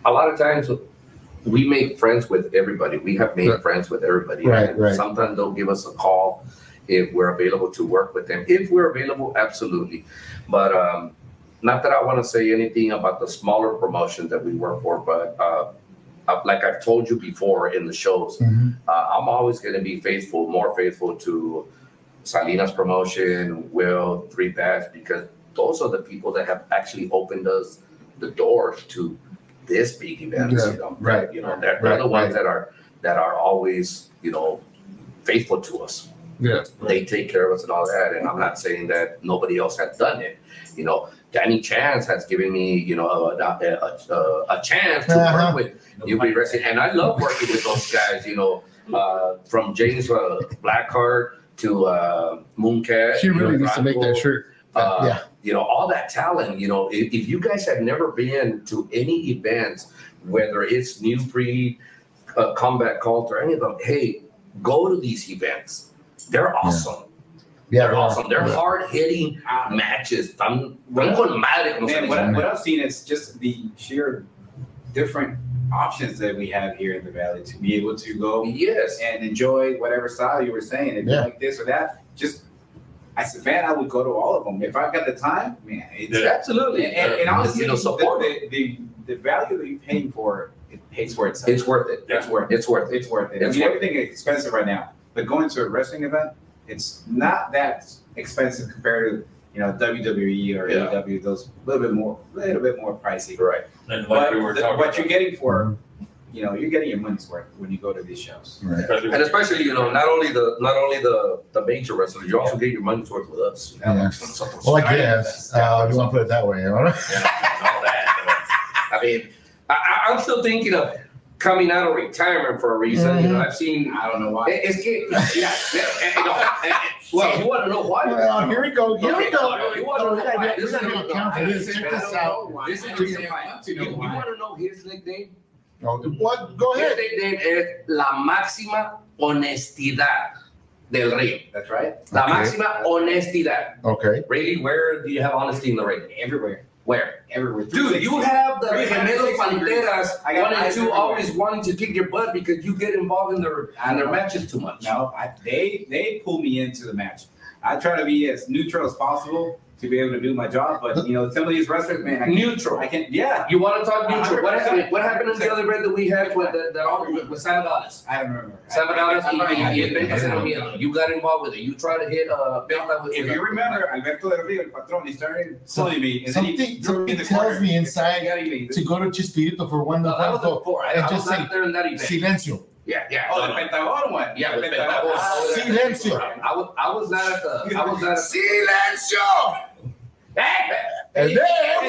Speaker 5: A lot of times, we make friends with everybody. We have made
Speaker 3: Right.
Speaker 5: friends with everybody.
Speaker 2: Right,
Speaker 5: And
Speaker 2: right.
Speaker 5: Sometimes they'll give us a call if we're available to work with them. If we're available, absolutely. But um, not that I want to say anything about the smaller promotions that we work for, but uh, uh, like I've told you before in the shows,
Speaker 2: Mhm.
Speaker 5: uh, I'm always going to be faithful, more faithful to Salinas Promotion, Will, Three Bass, because those are the people that have actually opened us the doors to this big event.
Speaker 3: Yeah,
Speaker 5: you know,
Speaker 3: right,
Speaker 5: You know, they're, they're the
Speaker 3: right,
Speaker 5: ones that are that are always you know faithful to us
Speaker 3: Yeah.
Speaker 5: they take care of us and all that. And I'm not saying that nobody else has done it. You know, Danny Chance has given me, you know, a, a, a, a chance to
Speaker 2: Uh-huh.
Speaker 5: work with UB Wrestling. And I love working with those guys, you know, uh, from James uh, Blackheart to uh, Mooncat.
Speaker 3: She
Speaker 5: you know,
Speaker 3: really needs to make that
Speaker 5: Bronco,
Speaker 3: shirt.
Speaker 5: uh,
Speaker 2: Yeah.
Speaker 5: you know, all that talent, you know, if, if you guys have never been to any events, whether it's New Breed, uh, Combat Cult, or any of them, hey, go to these events. They're awesome.
Speaker 2: Yeah,
Speaker 5: They're
Speaker 2: yeah.
Speaker 5: awesome. They're
Speaker 2: Yeah.
Speaker 5: hard hitting matches. Tan, tan con madre como se
Speaker 6: Man,
Speaker 5: dice.
Speaker 6: what, I- what I've seen is just the sheer different options that we have here in the valley to be able to go
Speaker 5: Yes.
Speaker 6: and enjoy whatever style you were saying. If
Speaker 2: Yeah.
Speaker 6: you like this or that, just I said, man, I would go to all of them if I got the time. Man, it's,
Speaker 1: Yeah.
Speaker 5: Absolutely.
Speaker 6: and, and, and
Speaker 5: uh,
Speaker 6: honestly,
Speaker 5: you know, support.
Speaker 6: the, the, the the value that you're paying for it pays for itself.
Speaker 5: it's worth it.
Speaker 6: it's worth it.
Speaker 5: It's worth it.
Speaker 6: It's worth it.
Speaker 5: It's
Speaker 6: I mean,
Speaker 5: worth
Speaker 6: everything is expensive right now, but going to a wrestling event, it's not that expensive compared to you know WWE or
Speaker 5: Yeah.
Speaker 6: AEW. Those a little bit more, little bit more pricey.
Speaker 5: Right.
Speaker 1: And like
Speaker 6: But
Speaker 1: we were
Speaker 6: the-
Speaker 1: talking
Speaker 6: what
Speaker 1: about,
Speaker 6: you're getting for,
Speaker 5: Mm-hmm.
Speaker 6: you know, you're getting your money's worth when you go to these shows.
Speaker 1: especially
Speaker 5: And especially, you know, not only the not only the the major wrestlers, you also get your money's worth with us.
Speaker 2: Yeah. Well, I guess uh, if you want to put it that way. all right?
Speaker 5: Yeah, and all that. I mean, I, I, I'm still thinking of coming out of retirement for a reason. You
Speaker 2: Mm-hmm.
Speaker 5: know, I've seen.
Speaker 6: I don't know
Speaker 5: It,
Speaker 6: why.
Speaker 5: it's getting. Yeah. yeah, you know, and- and- well, you want to know why?
Speaker 2: Well, here we go. Here we
Speaker 5: Okay,
Speaker 2: go.
Speaker 5: no, no, you wanna know
Speaker 2: We're gonna
Speaker 5: why?
Speaker 2: do- we're gonna do a count for this. Check this out.
Speaker 5: This is- You, you want to know his nickname?
Speaker 2: Okay, What? Go
Speaker 5: His
Speaker 2: ahead.
Speaker 5: nickname is La Máxima Honestidad del Ring.
Speaker 6: That's right.
Speaker 5: La
Speaker 3: Okay.
Speaker 5: Máxima Honestidad.
Speaker 2: Okay.
Speaker 5: Really, where do you have honesty in the ring?
Speaker 6: Everywhere,
Speaker 5: Where?
Speaker 6: everywhere.
Speaker 5: Dude, you have the Gemelos
Speaker 6: 360 degrees.
Speaker 5: Panteras
Speaker 6: I got
Speaker 5: one and
Speaker 6: eyes
Speaker 5: two
Speaker 6: everywhere.
Speaker 5: always wanting to kick your butt because you get involved in their
Speaker 6: I
Speaker 5: in their
Speaker 6: know.
Speaker 5: matches too much.
Speaker 6: No, I, they they pull me into the match. I try to be as neutral as possible to be able to do my job, but you know, some of these wrestlers, man, I can't,
Speaker 5: Neutral.
Speaker 6: I can't. Yeah,
Speaker 5: You want to talk
Speaker 6: A
Speaker 5: neutral?
Speaker 6: hundred
Speaker 5: What happened?
Speaker 6: percent.
Speaker 5: What happened in the other event that we had with that, that argument with Sam Dallas?
Speaker 6: I don't remember.
Speaker 5: Sam Dallas,
Speaker 6: I- I- I- I- I-
Speaker 5: you, you- you- you got involved with it. You tried to hit uh, Belda with
Speaker 6: If you remember, Alberto del Rio, el patron, he started pulling me, and then he
Speaker 2: Something
Speaker 6: threw me in the
Speaker 2: tells
Speaker 6: corner.
Speaker 2: me inside
Speaker 6: Yeah, he made-
Speaker 2: To go to Chispirito for one
Speaker 5: No, that was
Speaker 2: Navarro.
Speaker 5: before. I,
Speaker 2: And
Speaker 5: I
Speaker 2: just
Speaker 5: was
Speaker 2: say,
Speaker 5: not there in that event.
Speaker 2: Silencio.
Speaker 5: yeah, yeah.
Speaker 6: Oh,
Speaker 5: no,
Speaker 6: the
Speaker 5: no.
Speaker 6: Pentagon one.
Speaker 5: Yeah,
Speaker 6: the
Speaker 5: with Pentagon.
Speaker 6: Ah,
Speaker 5: Oh, yeah.
Speaker 2: Silencio.
Speaker 5: I was, I was not at the. I was not at
Speaker 2: Silencio.
Speaker 5: the. Hey,
Speaker 2: And then
Speaker 5: No, it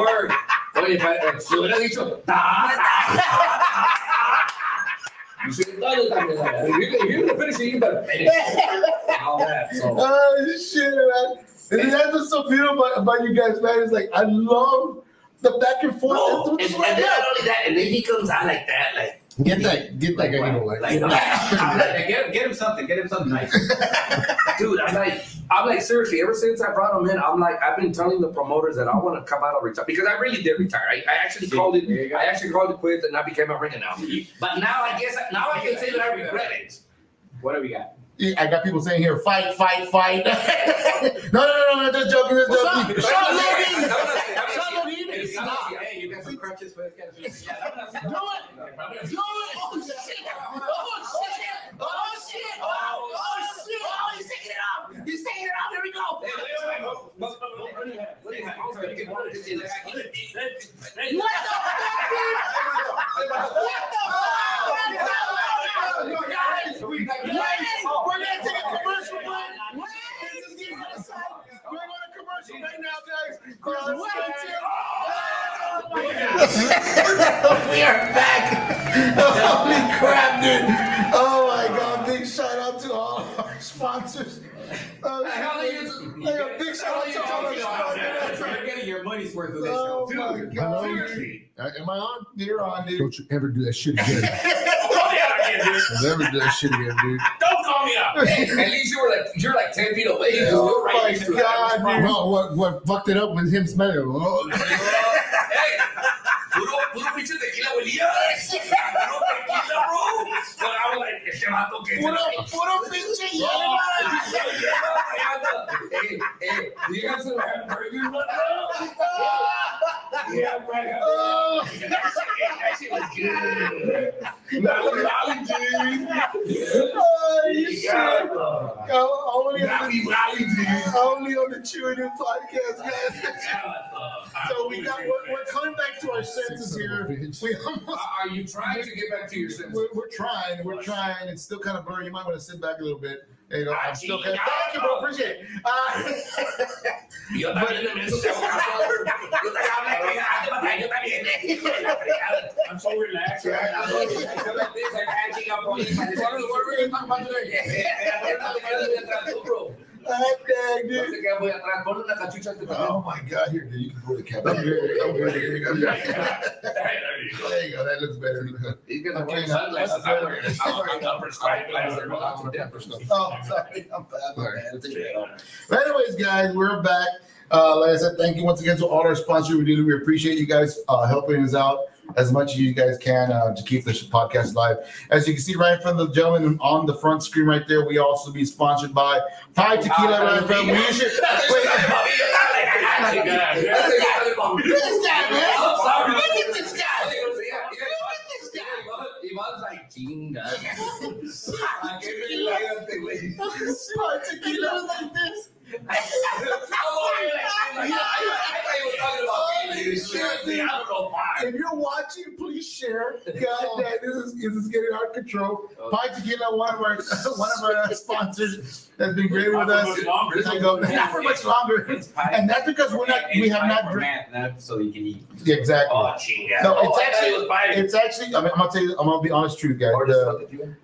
Speaker 5: worked. Oye, pa- si hubiera dicho, "Ta, ta, ta, ta." You should have done it that way. If you- if you would have finished it, you better finish it. All that, so.
Speaker 2: Oh shit, man! And then that's what's so beautiful about, about you guys, man. It's like I love the back and forth.
Speaker 5: No,
Speaker 2: That's
Speaker 5: and,
Speaker 2: what-
Speaker 5: and
Speaker 2: that's what I
Speaker 5: not
Speaker 2: love.
Speaker 5: only that, and then he comes out like that, like,
Speaker 3: Get that. Get that. guy, you know, like,
Speaker 5: like, I'm like,
Speaker 6: Hey, ah, Get, get him something. Get him something nice.
Speaker 5: dude, I'm like, I'm like, seriously. Ever since I brought him in, I'm like, I've been telling the promoters that I want to come out of retire because I really did retire. I, I actually
Speaker 6: See,
Speaker 5: called
Speaker 6: there you
Speaker 5: it.
Speaker 6: go.
Speaker 5: I actually called it quits, and I became a ring announcer. But now I guess now I can say that I regret it.
Speaker 6: What do we got?
Speaker 2: Yeah, I got people saying here, fight, fight, fight. no, no, no, no, just joking, just joking.
Speaker 5: What's up?
Speaker 2: Sean
Speaker 5: What's up?
Speaker 2: Levy!
Speaker 5: What's
Speaker 2: Sean
Speaker 5: up?
Speaker 2: Levy,
Speaker 5: Hey,
Speaker 2: stop.
Speaker 5: stop.
Speaker 6: Hey, you got some crutches for this guy?
Speaker 2: Do it! Do it! Oh shit! Oh shit! Oh shit! Oh, oh shit! Oh, he's taking it off! He's taking it off! Here we go! What the fuck, dude? We're gonna take a commercial break. This is getting out of sight. We're going to commercial right now, guys. Cross we are back. Holy crap, dude. Oh my god, big shout out to all our sponsors. Oh, Like a big shout out to all our sponsors.
Speaker 6: You're getting your money's worth of this show.
Speaker 2: Oh my god. Am I on? You're on, dude.
Speaker 3: Don't you ever do that shit again.
Speaker 1: Call me out again, dude.
Speaker 3: Don't ever do that shit again, dude.
Speaker 1: Don't call me out.
Speaker 5: Hey, at least you were like you're like ten feet away. You just were
Speaker 2: Oh
Speaker 5: right next to
Speaker 2: my
Speaker 5: it.
Speaker 2: god, dude.
Speaker 3: Well, what what fucked it up was him smelling. Oh,
Speaker 5: Hey, puro, puro pinche tequila huelía. Puro tequila, bro. But I was like, este vato que.
Speaker 2: Puro, puro pinche hierba.
Speaker 5: Yeah, yeah, hey, hey, do you guys still have burgers right now? Yeah, right.
Speaker 2: Oh,
Speaker 5: That shit, that shit was good.
Speaker 2: no, oh, you shit.
Speaker 5: Yeah.
Speaker 2: Oh, only, on
Speaker 5: Rally, rally,
Speaker 2: the, only on the Chewing In podcast, guys. So we got, we're, we're coming back to our senses here. We almost,
Speaker 5: Are you trying to get back to your senses?
Speaker 2: we're, we're trying, we're trying. It's still kind of blurry. You might want to sit back a little bit. There you go. I'm still kind of, thank you, bro. Appreciate it. Uh,
Speaker 5: Yo también le me subo, Yo también, yo también.
Speaker 1: I'm so relaxed.
Speaker 5: I'm like this, I'm catching up on you. What are what are we going to talk about today?
Speaker 2: oh, dang, dude.
Speaker 5: Yo
Speaker 2: Oh my God! Here, dude, you can go to the cabin. Over here, over here, over here. There you go. That looks better.
Speaker 5: He's gonna wear sunglasses. I'm wearing sunglasses. I'm wearing sunglasses.
Speaker 2: Oh, sorry, I'm bad. my bad. Take that off. But anyways, guys, we're back. Uh, like I said, thank you once again to all our sponsors. We do. We appreciate you guys uh, helping us out as much as you guys can uh, to keep this podcast live. As you can see right in front of the gentleman on the front screen right there, we also be sponsored by Thai Tequila right in front. We should wait. This guy, man.
Speaker 5: I'm sorry.
Speaker 2: Look at this guy.
Speaker 5: Ivan's like, chinga. I can't really
Speaker 2: Tequila.
Speaker 5: like that thing.
Speaker 2: Thai Tequila was like this. If you're watching, please share. God damn, this is this is getting out of control. Pie Tequila, one of our one of our sponsors that's been great with us. I go, uh, Not for much longer,
Speaker 6: It's pie.
Speaker 2: and that's because we're not we have not drank
Speaker 6: drank. So you can eat.
Speaker 2: yeah, exactly.
Speaker 1: Oh, chinga.
Speaker 2: No, it's
Speaker 5: Oh, I
Speaker 2: actually
Speaker 5: thought it was biting.
Speaker 2: it's actually. I mean, I'm gonna tell you. I'm gonna be honest, truth, guys. The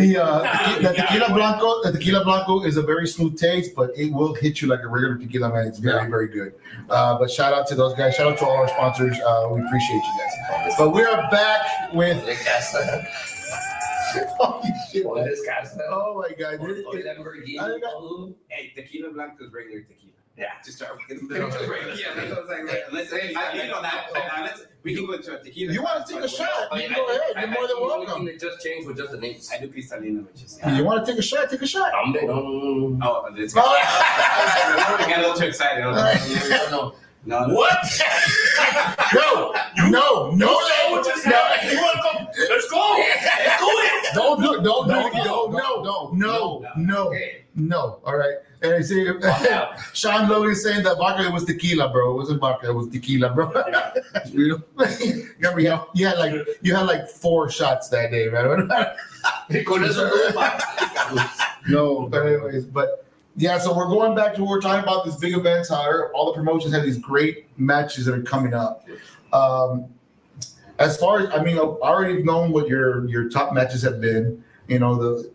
Speaker 2: the, uh, the tequila blanco, the tequila blanco is a very smooth taste, but it will hit you like a regular tequila, man. It's very, very good. Uh, but shout out to those guys. Shout out to all our sponsors. Uh, we appreciate you guys. But we are back with Holy shit. man. Oh my god. dude.
Speaker 6: Hey, tequila blanco is regular tequila.
Speaker 1: Yeah.
Speaker 6: To start with.
Speaker 5: Just regular.
Speaker 6: Yeah, that's what I was like, like, let's, hey, I, you know, now, now let's, we can go to a tequila.
Speaker 2: You want to take a shot? You go ahead. You're more than welcome.
Speaker 5: Just change with just the names.
Speaker 6: I do cristalino, which is.
Speaker 2: You want to take a shot? Take a shot.
Speaker 5: No,
Speaker 6: Oh, let's go.
Speaker 2: Oh.
Speaker 6: I got a little too excited. I was like,
Speaker 5: no,
Speaker 6: No, no.
Speaker 1: What?
Speaker 2: No, no, no, no,
Speaker 1: What just
Speaker 2: no.
Speaker 1: happened? You wanna come? Let's go. Let's do it.
Speaker 2: Don't do it. Don't do it.
Speaker 1: No,
Speaker 2: Don't. No, no, no,
Speaker 5: Okay.
Speaker 2: no. All right. And I see
Speaker 5: out.
Speaker 2: Sean Logan is saying that vodka was tequila, bro. It wasn't vodka. It was tequila, bro. you know, remember you had, you had like you had like four shots that day, man.
Speaker 5: Con eso no va.
Speaker 2: No, but anyways, but yeah, so we're going back to what we're talking about these big events. How all the promotions have these great matches that are coming up. Um, as far as I mean, I've already known what your your top matches have been. You know the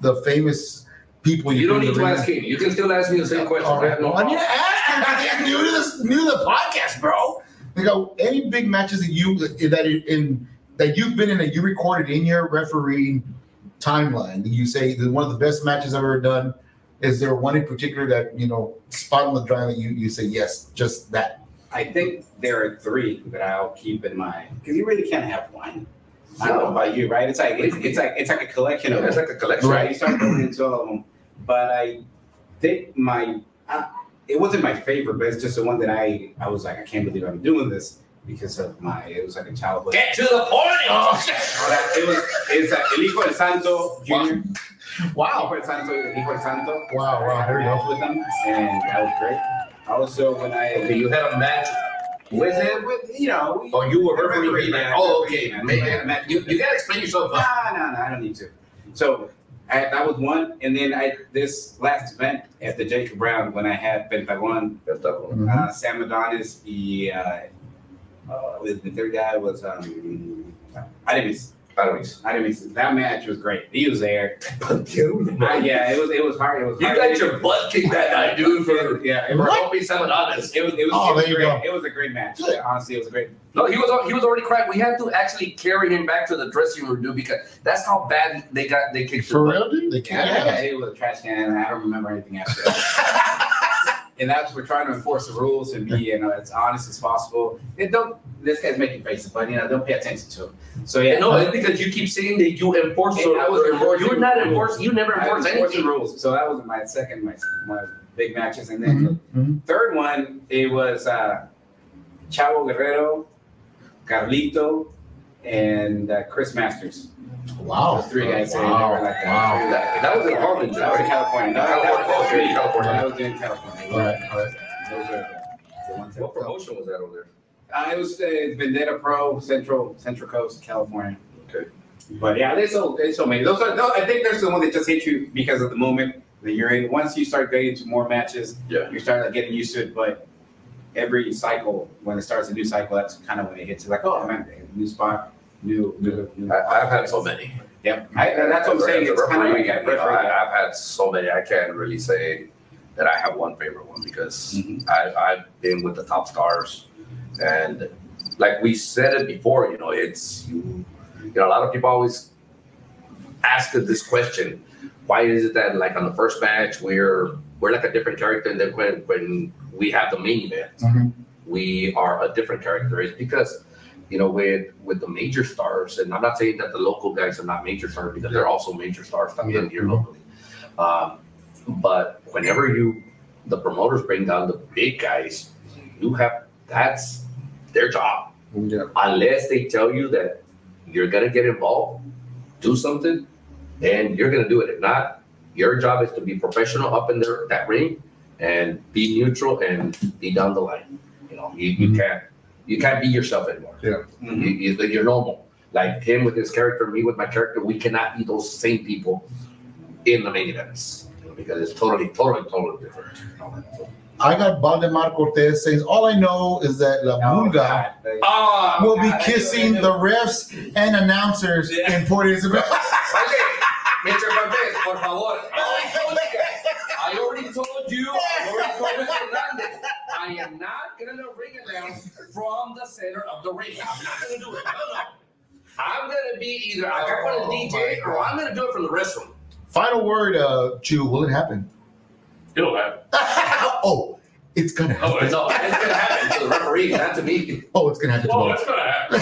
Speaker 2: the famous people.
Speaker 5: You don't
Speaker 2: bring
Speaker 5: need
Speaker 2: the
Speaker 5: to
Speaker 2: ring-
Speaker 5: ask him. You can still ask me the same question.
Speaker 2: All
Speaker 5: I
Speaker 2: right.
Speaker 5: have no
Speaker 2: Well, I need
Speaker 5: problem.
Speaker 2: to ask him because he's new to this new to the podcast, bro. They go any big matches that you that in that you've been in that you recorded in your refereeing timeline. You say that one of the best matches I've ever done. Is there one in particular that you know spot on the drive that you you say yes, just that?
Speaker 6: I think there are three that I'll keep in mind because you really can't have one. I don't know about you, right? It's like it's, it's like it's like a collection of
Speaker 5: It's like a collection.
Speaker 6: Right. You start going into all of them. But I think my, I, it wasn't my favorite, but it's just the one that I, I was like, I can't believe I'm doing this because of my, it was like a childhood.
Speaker 4: Get to the point.
Speaker 2: Oh,
Speaker 6: It was, it's like El Hijo del Santo Junior. Wow. El Hijo del Santo, El Hijo del Santo.
Speaker 2: Wow, wow, there you
Speaker 6: I
Speaker 2: go.
Speaker 6: was with them, and that was great. Also, when I,
Speaker 5: Okay, you had a match with him,
Speaker 6: with, you know, we,
Speaker 5: or you were
Speaker 6: Referee,
Speaker 5: refereeing?
Speaker 6: man.
Speaker 5: Oh, okay.
Speaker 6: Referee, man.
Speaker 5: Man,
Speaker 6: Man, man.
Speaker 5: you, you gotta explain yourself. huh?
Speaker 6: Nah, nah, nah, Ah, I don't need to. So I, that was one, and then I this last event at the Jacob Brown when I had Pentagon,
Speaker 5: That's tough one.
Speaker 6: uh, Sam Adonis, the uh, uh, the the third guy was um, Ademis.
Speaker 5: I don't know.
Speaker 6: Ademis. That match was great. He was there.
Speaker 5: You
Speaker 6: Uh, yeah, it was it was hard. It was hard.
Speaker 5: got your butt kicked that night, dude, for
Speaker 6: yeah. It
Speaker 5: for
Speaker 6: was,
Speaker 5: helping someone honest.
Speaker 6: it was, it was,
Speaker 2: Oh,
Speaker 6: it was
Speaker 2: there you
Speaker 6: great.
Speaker 2: go.
Speaker 6: It was a great match.
Speaker 2: Good.
Speaker 6: Honestly, it was a great.
Speaker 5: No, he was al- he was already cracked. We had to actually carry him back to the dressing room, dude, because that's how bad they got they kicked. his butt.
Speaker 2: dude, they
Speaker 6: Yeah, yeah, it was a trash can. and I don't remember anything after that. and that's we're trying to enforce the rules and be you know as honest as possible. And don't this guy's making faces, but you know don't pay attention to him. So yeah,
Speaker 5: And no, it's because you keep saying that you enforce.
Speaker 6: And I was
Speaker 5: or enforce-
Speaker 6: enforcing
Speaker 5: You're not
Speaker 6: rules.
Speaker 5: enforce. You never
Speaker 6: I
Speaker 5: enforce
Speaker 6: enforce the
Speaker 5: anything.
Speaker 6: rules. So that was my second my my big matches. And then third one, it was uh, Chavo Guerrero, Carlito, and uh, Chris Masters.
Speaker 2: Wow.
Speaker 6: Those three guys. that
Speaker 3: Wow,
Speaker 6: were like that.
Speaker 3: wow.
Speaker 5: That, that was in Harlem,
Speaker 6: That was in
Speaker 5: California.
Speaker 6: California. No, that was all three. That was in California.
Speaker 3: All right, all right.
Speaker 6: Those are the ones that-
Speaker 5: What promotion was that over there?
Speaker 6: Uh, it was uh, Vendetta Pro Central Central Coast, California.
Speaker 5: Okay.
Speaker 6: But yeah, there's so there's so many. Those are no, I think there's the one that just hit you because of the moment that you're in. Once you start getting into more matches,
Speaker 5: Yeah.
Speaker 6: you start like, getting used to it. But every cycle, when it starts a new cycle, that's kind of when it hits. you like, oh man, new spot, new, new, new
Speaker 5: I, I've had so many.
Speaker 6: Yep, I, that's what I'm
Speaker 5: As a-
Speaker 6: saying.
Speaker 5: as a
Speaker 6: It's kind of
Speaker 5: referee,
Speaker 6: like a
Speaker 5: you know,
Speaker 6: referee.
Speaker 5: I, I've had so many. I can't really say that I have one favorite one because
Speaker 6: Mhm.
Speaker 5: I, I've been with the top stars, and like we said it before, you know, it's you. You know, a lot of people always ask us this question: Why is it that like on the first match we're we're like a different character, and then when when we have the main event,
Speaker 2: Mhm.
Speaker 5: we are a different character? It's because you know, with with the major stars, and I'm not saying that the local guys are not major stars because they're also major stars también here locally. Um, but whenever you the promoters bring down the big guys, you have that's their job.
Speaker 3: Yeah.
Speaker 5: Unless they tell you that you're gonna get involved, do something, then you're gonna do it. If not, your job is to be professional up in there that ring and be neutral and be down the line. You know, you, you can't you can't be yourself anymore.
Speaker 6: Mhm.
Speaker 5: You- you- like, You're normal. Like him with his character, me with my character, we cannot be those same people in the main events you know, because it's totally, totally, totally different. you know, and so-
Speaker 2: I got Valdemar Cortez saying, all I know is that La
Speaker 6: Oh,
Speaker 2: Pulga
Speaker 6: God. Like,
Speaker 5: Ah,
Speaker 2: will be
Speaker 6: Oh, God, I knew it, I
Speaker 2: kissing
Speaker 6: knew it.
Speaker 2: the refs and announcers
Speaker 5: Yeah.
Speaker 2: in Port Isabel.
Speaker 5: oye, Mr. Valdez, por favor. I already told you guys. I already told you. I already told Mr. Hernandez. I am not gonna ring announce from the center of the ring. I'm not gonna do it. No, no. I'm gonna be either
Speaker 6: Oh
Speaker 5: I got one of the DJ or I'm gonna do it from the restroom.
Speaker 2: Final word, uh, Jew, will it happen?
Speaker 1: It'll happen.
Speaker 2: oh, it's gonna happen.
Speaker 1: Oh, it's,
Speaker 5: No, it's gonna happen to the referee, not to me.
Speaker 2: Oh, it's gonna happen
Speaker 1: oh,
Speaker 2: tomorrow.
Speaker 1: it's gonna happen.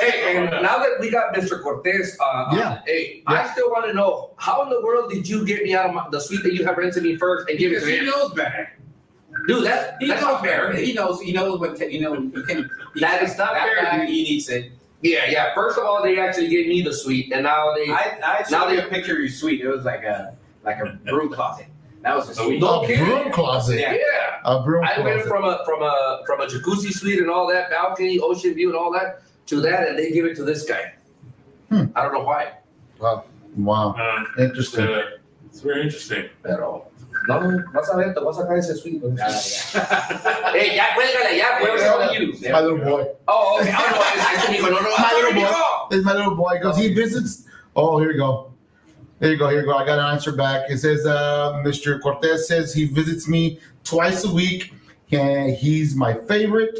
Speaker 5: Hey, and now that we got Mr. Cortez, uh,
Speaker 2: Yeah.
Speaker 5: hey, I still want to know how in the world did you get me out of my, the suite that you have rented me first and give it
Speaker 6: Because
Speaker 5: to
Speaker 6: he
Speaker 5: him?
Speaker 6: knows better.
Speaker 5: Dude, that,
Speaker 6: He
Speaker 5: that's
Speaker 6: knows
Speaker 5: not fair.
Speaker 6: better. He knows. He knows what. Te- you know. He can.
Speaker 5: That is not
Speaker 6: that
Speaker 5: fair.
Speaker 6: guy, he needs it.
Speaker 5: Yeah, yeah. First of all, they actually gave me the suite, and now they.
Speaker 6: I, I
Speaker 5: Now
Speaker 6: showed you
Speaker 5: they-
Speaker 6: a picture of your suite. It was like a like a broom closet. That was a suite.
Speaker 5: No
Speaker 2: a
Speaker 5: kidding.
Speaker 2: broom closet.
Speaker 5: yeah.
Speaker 3: Uh,
Speaker 2: A broom
Speaker 5: I went
Speaker 2: closet.
Speaker 5: from a from a from a jacuzzi suite and all that balcony, ocean view, and all that to that, and they give it to this guy.
Speaker 2: Hmm.
Speaker 5: I don't know why
Speaker 2: Wow,
Speaker 1: Uh, it's,
Speaker 2: interesting.
Speaker 1: uh, it's very interesting.
Speaker 5: at all. No, vas a ver, te vas a sacar ese suite.
Speaker 6: Yeah,
Speaker 5: Hey, ya cuélgale, ya, where's all you?
Speaker 2: It's my little boy.
Speaker 5: Oh, okay. I don't know. I said, "Hijo, no, no,
Speaker 2: My
Speaker 5: I
Speaker 2: little
Speaker 5: don't
Speaker 2: boy.
Speaker 5: know."
Speaker 2: It's my little boy because he visits. Oh, here you go. There you go. Here you go. I got an answer back. It says, uh, Mr. Cortez says he visits me twice a week and he's my favorite.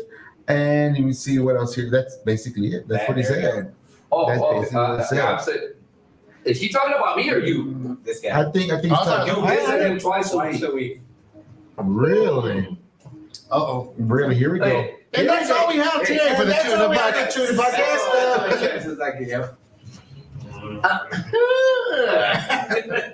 Speaker 2: And let me see what else here. That's basically it. That's what he said.
Speaker 5: Oh,
Speaker 2: That's
Speaker 5: oh,
Speaker 2: basically what
Speaker 5: uh,
Speaker 2: it said.
Speaker 5: yeah, I'm saying- Is he talking about me or you?
Speaker 6: yeah. this guy.
Speaker 2: I think I think he's
Speaker 3: I thought
Speaker 2: talking.
Speaker 5: You
Speaker 3: I-
Speaker 5: visit him twice a
Speaker 6: Twice
Speaker 5: week.
Speaker 6: a week.
Speaker 2: Really? Uh oh. Really? Here we go.
Speaker 5: Hey,
Speaker 2: and that's all we have today for the Tune in Podcast. Tune in uh, Podcast.
Speaker 6: This is like, yep.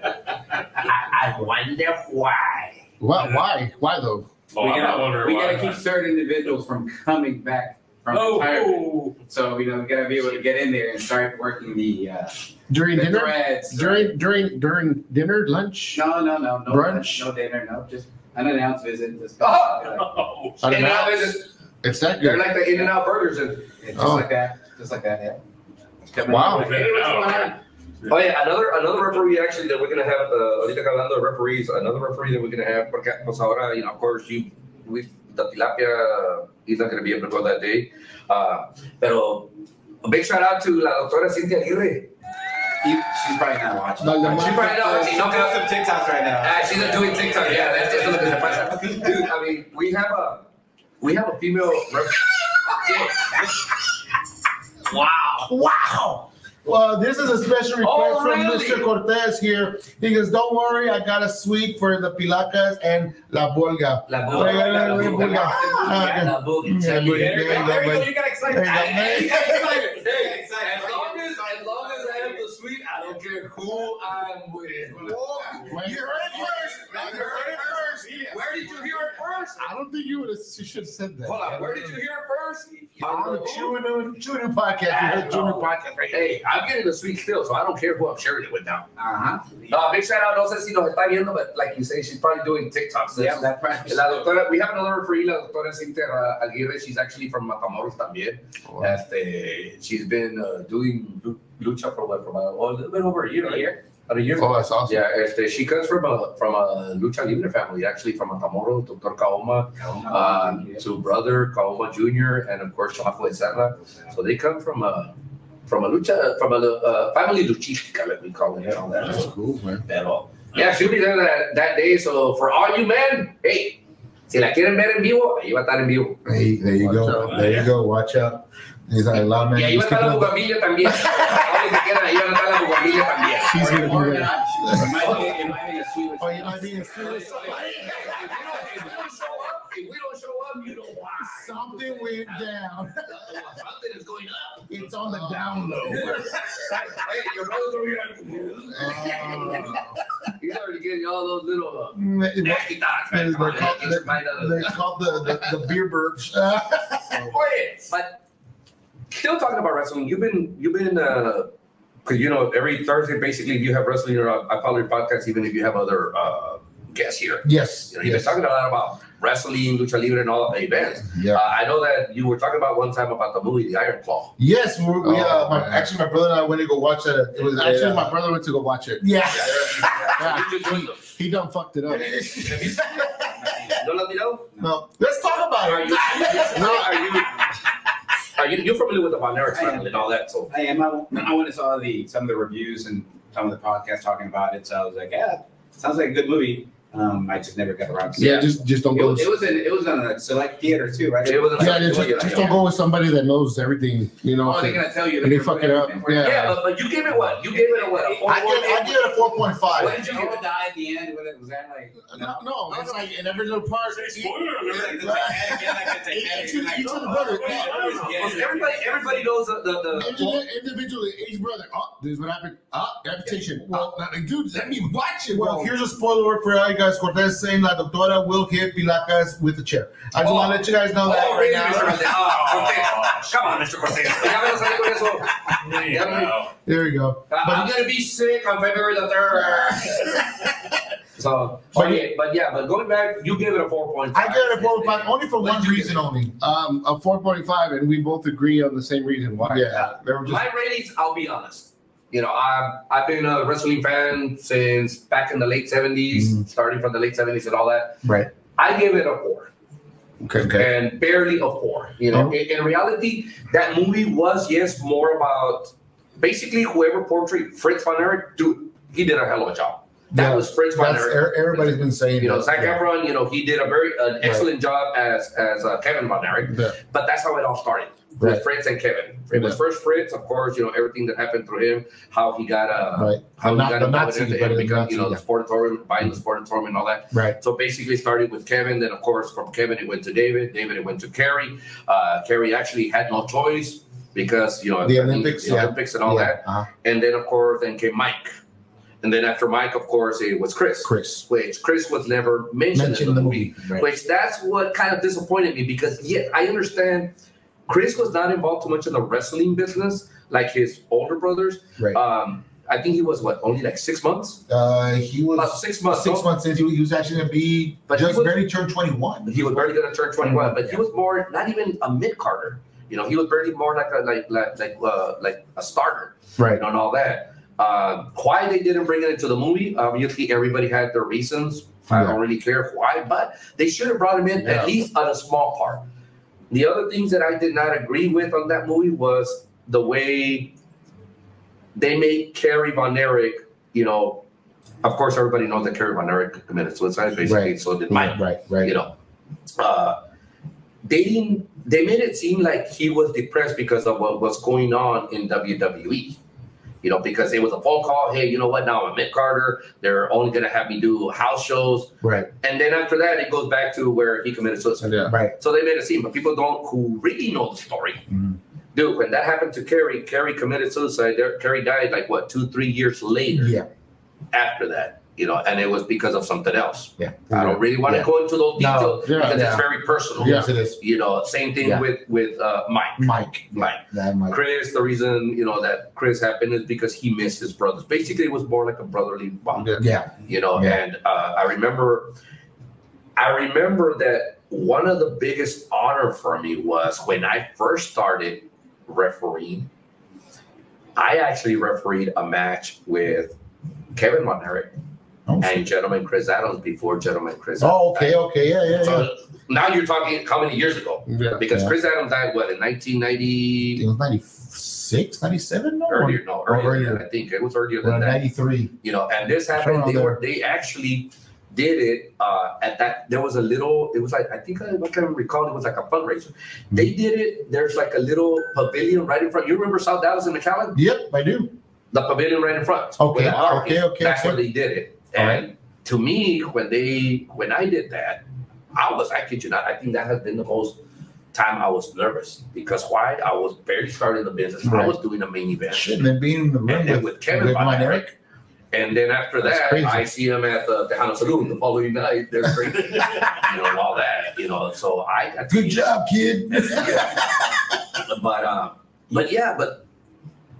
Speaker 5: I, I wonder why.
Speaker 3: Why? Why? Why though?
Speaker 1: Oh,
Speaker 6: we
Speaker 1: I'm not
Speaker 6: gotta,
Speaker 1: wondering
Speaker 6: we
Speaker 1: why.
Speaker 6: gotta keep certain individuals from coming back from
Speaker 1: Oh,
Speaker 6: retirement.
Speaker 1: oh.
Speaker 6: So you know, we gotta be able to get in there and start working the uh,
Speaker 3: During
Speaker 6: the
Speaker 3: dinner?
Speaker 6: threads.
Speaker 3: During during during dinner, lunch?
Speaker 6: no, no, no, no
Speaker 3: Brunch?
Speaker 6: no dinner, no, just unannounced visit. Just
Speaker 5: Oh!
Speaker 1: Oh,
Speaker 3: I don't
Speaker 5: In and
Speaker 3: know.
Speaker 5: out is
Speaker 3: It's that
Speaker 5: they're
Speaker 3: good.
Speaker 5: like the In and Out burgers. And,
Speaker 6: Yeah, just
Speaker 3: Oh.
Speaker 6: like that, just like that. Yeah. Come in.
Speaker 3: Wow.
Speaker 6: Hey, what's going on?
Speaker 5: oh yeah, another another referee actually that we're gonna have. Uh, ahorita que hablando de referees, another referee that we're gonna have. Porque pues ahora, you know, of course, you with the tilapia is not gonna be able to go that day. Uh, pero a big shout out to la doctora Cintia Aguirre.
Speaker 6: You- she's probably not watching.
Speaker 3: No, the
Speaker 6: She's
Speaker 3: mic-
Speaker 6: probably not watching.
Speaker 5: She's looking up some
Speaker 6: TikToks right now.
Speaker 5: Ah, she's not doing TikTok. Yeah, that's just a little bit of Dude, I mean, we have a we have a female. Rep- wow.
Speaker 2: Wow. Well, this is a special request
Speaker 5: Oh,
Speaker 2: from
Speaker 5: really?
Speaker 2: Mr. Cortez here. He goes, Don't worry, I got a suite for the Pilacas and La Bolga.
Speaker 5: La
Speaker 2: Oh,
Speaker 5: boga.
Speaker 2: yeah, yeah,
Speaker 5: La
Speaker 2: yeah,
Speaker 5: boga.
Speaker 2: yeah.
Speaker 5: Yeah, La boga.
Speaker 2: Yeah,
Speaker 5: Check
Speaker 2: yeah,
Speaker 5: it.
Speaker 2: yeah, yeah, yeah.
Speaker 6: You got excited.
Speaker 2: There you go.
Speaker 5: Hey, hey, hey, hey,
Speaker 6: Excited.
Speaker 5: As long as, as long as I have the suite, I don't care who I'm with.
Speaker 2: You heard it first. You heard it first. I don't think you would have. You should have said that.
Speaker 5: Hold on, where did you hear it first?
Speaker 2: On the Chewing Noon Chewing Noon podcast, you heard Chewing Noon podcast right
Speaker 5: Hey, I'm getting the sweet still, so I don't care who I'm sharing it with now.
Speaker 6: Uh
Speaker 5: Uh, big shout out, no sé si nos está viendo, but like you say, she's probably doing TikToks.
Speaker 6: Yeah, that part.
Speaker 5: La doctora, we have another referee, la doctora Cintia Aguirre. She's actually from Matamoros también. Este, she's been uh, doing lu- lucha for what, for about oh, a little bit over a year, right? About a year.
Speaker 3: Oh, that's awesome.
Speaker 5: Yeah, este, she comes from a from a lucha libre family, actually from Matamoros, Dr. Kaoma, uh, two brother Kaoma Jr. and of course Chaco Serra. So they come from a from a lucha from a uh, family luchística, let me call it. all that.
Speaker 3: That's cool, man.
Speaker 5: Pero, yeah, she'll be there that, that day. So for all you men, hey, si la quieren ver en vivo, ahí va a estar en vivo.
Speaker 2: Hey, there you
Speaker 3: Watch
Speaker 2: go.
Speaker 1: out.
Speaker 2: there you go. Watch out. He's like, "La man."
Speaker 5: y ahí va a
Speaker 2: He's
Speaker 5: estar la
Speaker 2: gonna
Speaker 5: bugamilla también. Ahora que quieran, ahí va a estar la bugamilla también.
Speaker 2: be
Speaker 6: huh.
Speaker 2: there.
Speaker 6: Am I, am I being a sweet?
Speaker 2: Oh, you might be in serious- Something went down.
Speaker 5: Something is going up.
Speaker 2: It's on the down low.
Speaker 5: Hey, your brother's over here. You already getting all those little uh,
Speaker 2: Mm,
Speaker 5: nasty thoughts, man. Come on,
Speaker 2: They're called-
Speaker 5: get your mind out of
Speaker 2: They
Speaker 5: the-
Speaker 2: called the, the, the beer burps. Uh,
Speaker 5: Oye, But still talking about wrestling, you've been you've been because you know every Thursday basically you have wrestling. You're on- I follow your podcast even if you have other uh, guests here.
Speaker 2: yes.
Speaker 5: You know, you've been
Speaker 2: yes.
Speaker 5: talking a lot about wrestling, lucha libre, and all the events.
Speaker 2: Yeah.
Speaker 5: Uh, I know that you were talking about one time about the movie The Iron Claw.
Speaker 2: Yes. We, we, uh,
Speaker 3: Oh,
Speaker 2: my,
Speaker 3: man.
Speaker 2: actually, my brother and I went to go watch that.
Speaker 3: It was actually my brother went to go watch it.
Speaker 2: Yeah.
Speaker 3: Yeah,
Speaker 5: Did you join them?
Speaker 3: he done fucked it up.
Speaker 5: No, let me know.
Speaker 2: No. Let's talk
Speaker 5: Are
Speaker 2: about it.
Speaker 5: you? No, are you? Are you? You're familiar with the Von Erich
Speaker 6: I am.
Speaker 5: family and all that, so
Speaker 6: I am. I, I went and saw the some of the reviews and some of the podcasts talking about it. So I was like, yeah, sounds like a good movie. Um, I just never got around to
Speaker 3: Yeah,
Speaker 6: it.
Speaker 3: just just don't
Speaker 6: It
Speaker 3: go.
Speaker 6: was, it was in it was on a select theater too, right?
Speaker 5: it wasn't.
Speaker 3: yeah,
Speaker 5: like-
Speaker 3: just, just don't go with somebody that knows everything. You know,
Speaker 6: Oh, they're gonna tell you.
Speaker 3: And they fuck it up, yeah.
Speaker 5: Yeah, but, but you gave it what? You gave it a what? A four
Speaker 2: I give, I give it a four point
Speaker 6: What
Speaker 2: five.
Speaker 6: did you get to die at the end? Was, it, was that like?
Speaker 2: No, no, it's like in every little part. Each of the- each of the brothers, yeah.
Speaker 5: Everybody, everybody knows the, the, the
Speaker 2: Indivi- Individually, each brother. Oh, this is what happened. Ah, reputation. Well, now, dude, let me watch it. Well,
Speaker 3: Well-
Speaker 2: here's a spoiler word for you guys. Cortez saying La Doctora will hit Pilacas with the chair. I just want to let you guys know that
Speaker 5: Oh,
Speaker 2: right
Speaker 5: really,
Speaker 2: now.
Speaker 5: Mr. Cortez? Oh, Cortez. Come on, Mr. Cortez. Déjame salir con eso.
Speaker 1: Wow.
Speaker 2: There you go.
Speaker 5: I- I'm gonna be sick on February the third. So, but yeah, but yeah, but going back, you gave it a four point
Speaker 2: I
Speaker 5: five.
Speaker 2: get a four point five only for
Speaker 5: What'd
Speaker 2: one
Speaker 5: you give
Speaker 2: reason
Speaker 5: it?
Speaker 2: only.
Speaker 3: um, a four point five, and we both agree on the same reason why.
Speaker 2: Yeah, they were just
Speaker 5: My ratings, I'll be honest. You know, I've I've been a wrestling fan since back in the late 70s starting from the late seventies and all that.
Speaker 3: Right.
Speaker 5: I gave it a four.
Speaker 3: Okay.
Speaker 5: and barely a four. You
Speaker 2: Oh.
Speaker 5: know, in, in reality, that movie was yes more about basically whoever portrayed Fritz von Erich. Dude, he did a hell of a job. That
Speaker 2: Yeah,
Speaker 5: was Fritz von
Speaker 2: that's
Speaker 5: Erich.
Speaker 2: er- everybody's been saying.
Speaker 5: You know,
Speaker 2: that.
Speaker 5: Zac
Speaker 2: Yeah.
Speaker 5: Efron. You know, he did a very an excellent job as as uh, Kevin von Erich.
Speaker 3: Yeah.
Speaker 5: But that's how it all started
Speaker 3: Right.
Speaker 5: with Fritz and Kevin. It was
Speaker 3: Yeah.
Speaker 5: first Fritz, of course. You know everything that happened through him, how he got uh,
Speaker 2: Right.
Speaker 5: how
Speaker 2: The
Speaker 5: he
Speaker 2: Na-
Speaker 5: got
Speaker 2: the
Speaker 5: involved in
Speaker 2: Nazi,
Speaker 5: it
Speaker 2: but
Speaker 5: and
Speaker 2: the
Speaker 5: become, you know,
Speaker 2: Nazi, Mm-hmm.
Speaker 5: the sportatorium, buying the sportatorium and all that.
Speaker 3: Right.
Speaker 5: So basically, it started with Kevin. Then, of course, from Kevin, it went to David. David, it went to Kerry. Uh, Kerry actually had no choice because you know
Speaker 2: The
Speaker 5: I think
Speaker 2: Olympics,
Speaker 5: the
Speaker 2: yeah.
Speaker 5: Olympics, and all
Speaker 2: Yeah,
Speaker 5: that.
Speaker 2: uh-huh.
Speaker 5: And then, of course, then came Mike. And then after Mike, of course, it was Chris,
Speaker 2: Chris
Speaker 5: which Chris was never mentioned
Speaker 2: mentioned
Speaker 5: in the movie.
Speaker 2: movie. Right.
Speaker 5: Which that's what kind of disappointed me because yeah, I understand Chris was not involved too much in the wrestling business like his older brothers.
Speaker 2: Right.
Speaker 5: Um, I think he was what only like six months,
Speaker 2: Uh, he
Speaker 5: about
Speaker 2: was
Speaker 5: six months.
Speaker 2: six
Speaker 5: no?
Speaker 2: months into. He was actually gonna be
Speaker 5: But he
Speaker 2: just
Speaker 5: was-
Speaker 2: barely turned twenty one.
Speaker 5: He was barely gonna turn 21, but he was more not even a mid Carter. You know, he was barely more like a like like like uh, like a starter.
Speaker 3: Right.
Speaker 5: You know, and all that. Um, why they didn't bring it into the movie? Obviously, everybody had their reasons. I don't really care why, but they should have brought him in
Speaker 3: Yeah.
Speaker 5: at least on a small part. The other things that I did not agree with on that movie was the way they made Carrie Von Erich. You know, of course, everybody knows that Carrie Von Erich committed suicide, basically.
Speaker 3: Right.
Speaker 5: So did Mike
Speaker 3: Right. Right. Right.
Speaker 5: you know uh, they didn't they made it seem like he was depressed because of what was going on in wwe you know because it was a phone call hey you know what now i'm mick carter they're only going to have me do house shows
Speaker 3: Right.
Speaker 5: and then after that it goes back to where he committed suicide
Speaker 3: Yeah.
Speaker 2: Right.
Speaker 5: so they made it seem but people don't who really know the story
Speaker 2: Mhm.
Speaker 5: dude when that happened to kerry kerry committed suicide there kerry died like what two three years later
Speaker 2: Yeah.
Speaker 5: after that you know, and it was because of something else.
Speaker 3: Yeah.
Speaker 5: I don't really want to
Speaker 3: Yeah.
Speaker 5: go into those
Speaker 3: No,
Speaker 5: details
Speaker 2: yeah,
Speaker 5: because
Speaker 3: yeah.
Speaker 5: it's very personal.
Speaker 3: Yes, it is.
Speaker 5: You know, same thing
Speaker 3: Yeah.
Speaker 5: with with uh, Mike.
Speaker 3: Mike.
Speaker 5: Mike.
Speaker 3: That Mike.
Speaker 5: Chris, the reason you know that Chris happened is because he missed his brothers. Basically, it was more like a brotherly bond,
Speaker 3: Yeah.
Speaker 5: you know.
Speaker 3: Yeah.
Speaker 5: And uh, I remember, I remember that one of the biggest honor for me was when I first started refereeing. I actually refereed a match with Kevin Monterick
Speaker 2: Oh,
Speaker 5: and gentleman Chris Adams before gentleman Chris.
Speaker 2: Oh,
Speaker 5: Adams died.
Speaker 2: okay, okay, yeah, yeah, yeah.
Speaker 5: So now you're talking how many years ago?
Speaker 3: Yeah.
Speaker 5: Because
Speaker 2: Yeah.
Speaker 5: Chris Adams died what in 1990.
Speaker 2: It was 96, 97? No,
Speaker 5: earlier, no,
Speaker 2: Oh,
Speaker 5: earlier,
Speaker 2: earlier.
Speaker 5: Than that, I think it was earlier
Speaker 2: Well,
Speaker 5: than that.
Speaker 2: 93.
Speaker 5: You know, and this
Speaker 2: Sure,
Speaker 5: happened. They
Speaker 2: there.
Speaker 5: were they actually did it uh, at that. There was a little. It was like I think I, I can recall. It was like a fundraiser. They
Speaker 2: Hmm.
Speaker 5: did it. There's like a little pavilion right in front. You remember South Dallas and McAllen?
Speaker 2: Yep, I do.
Speaker 5: The pavilion right in front.
Speaker 2: Okay,
Speaker 5: with the arcade.
Speaker 2: okay, okay,
Speaker 5: That's
Speaker 2: okay.
Speaker 5: where they did it.
Speaker 2: All
Speaker 5: And to me, when they when I did that, I was I kid you not. I think that has been the most time I was nervous because why? I was barely starting the business.
Speaker 2: Right.
Speaker 5: I was doing a main event.
Speaker 2: Shit, and then being in the room
Speaker 5: And then
Speaker 2: with,
Speaker 5: with Kevin
Speaker 2: with
Speaker 5: Von
Speaker 2: mine,
Speaker 5: Erich.
Speaker 2: Eric.
Speaker 5: And then after
Speaker 2: That's
Speaker 5: that,
Speaker 2: crazy.
Speaker 5: I see him at the Tejano Saloon the following night. They're drinking, you know, all that, you know. So I got to
Speaker 2: Good
Speaker 5: meet-
Speaker 2: job, kid.
Speaker 5: But um, but yeah, but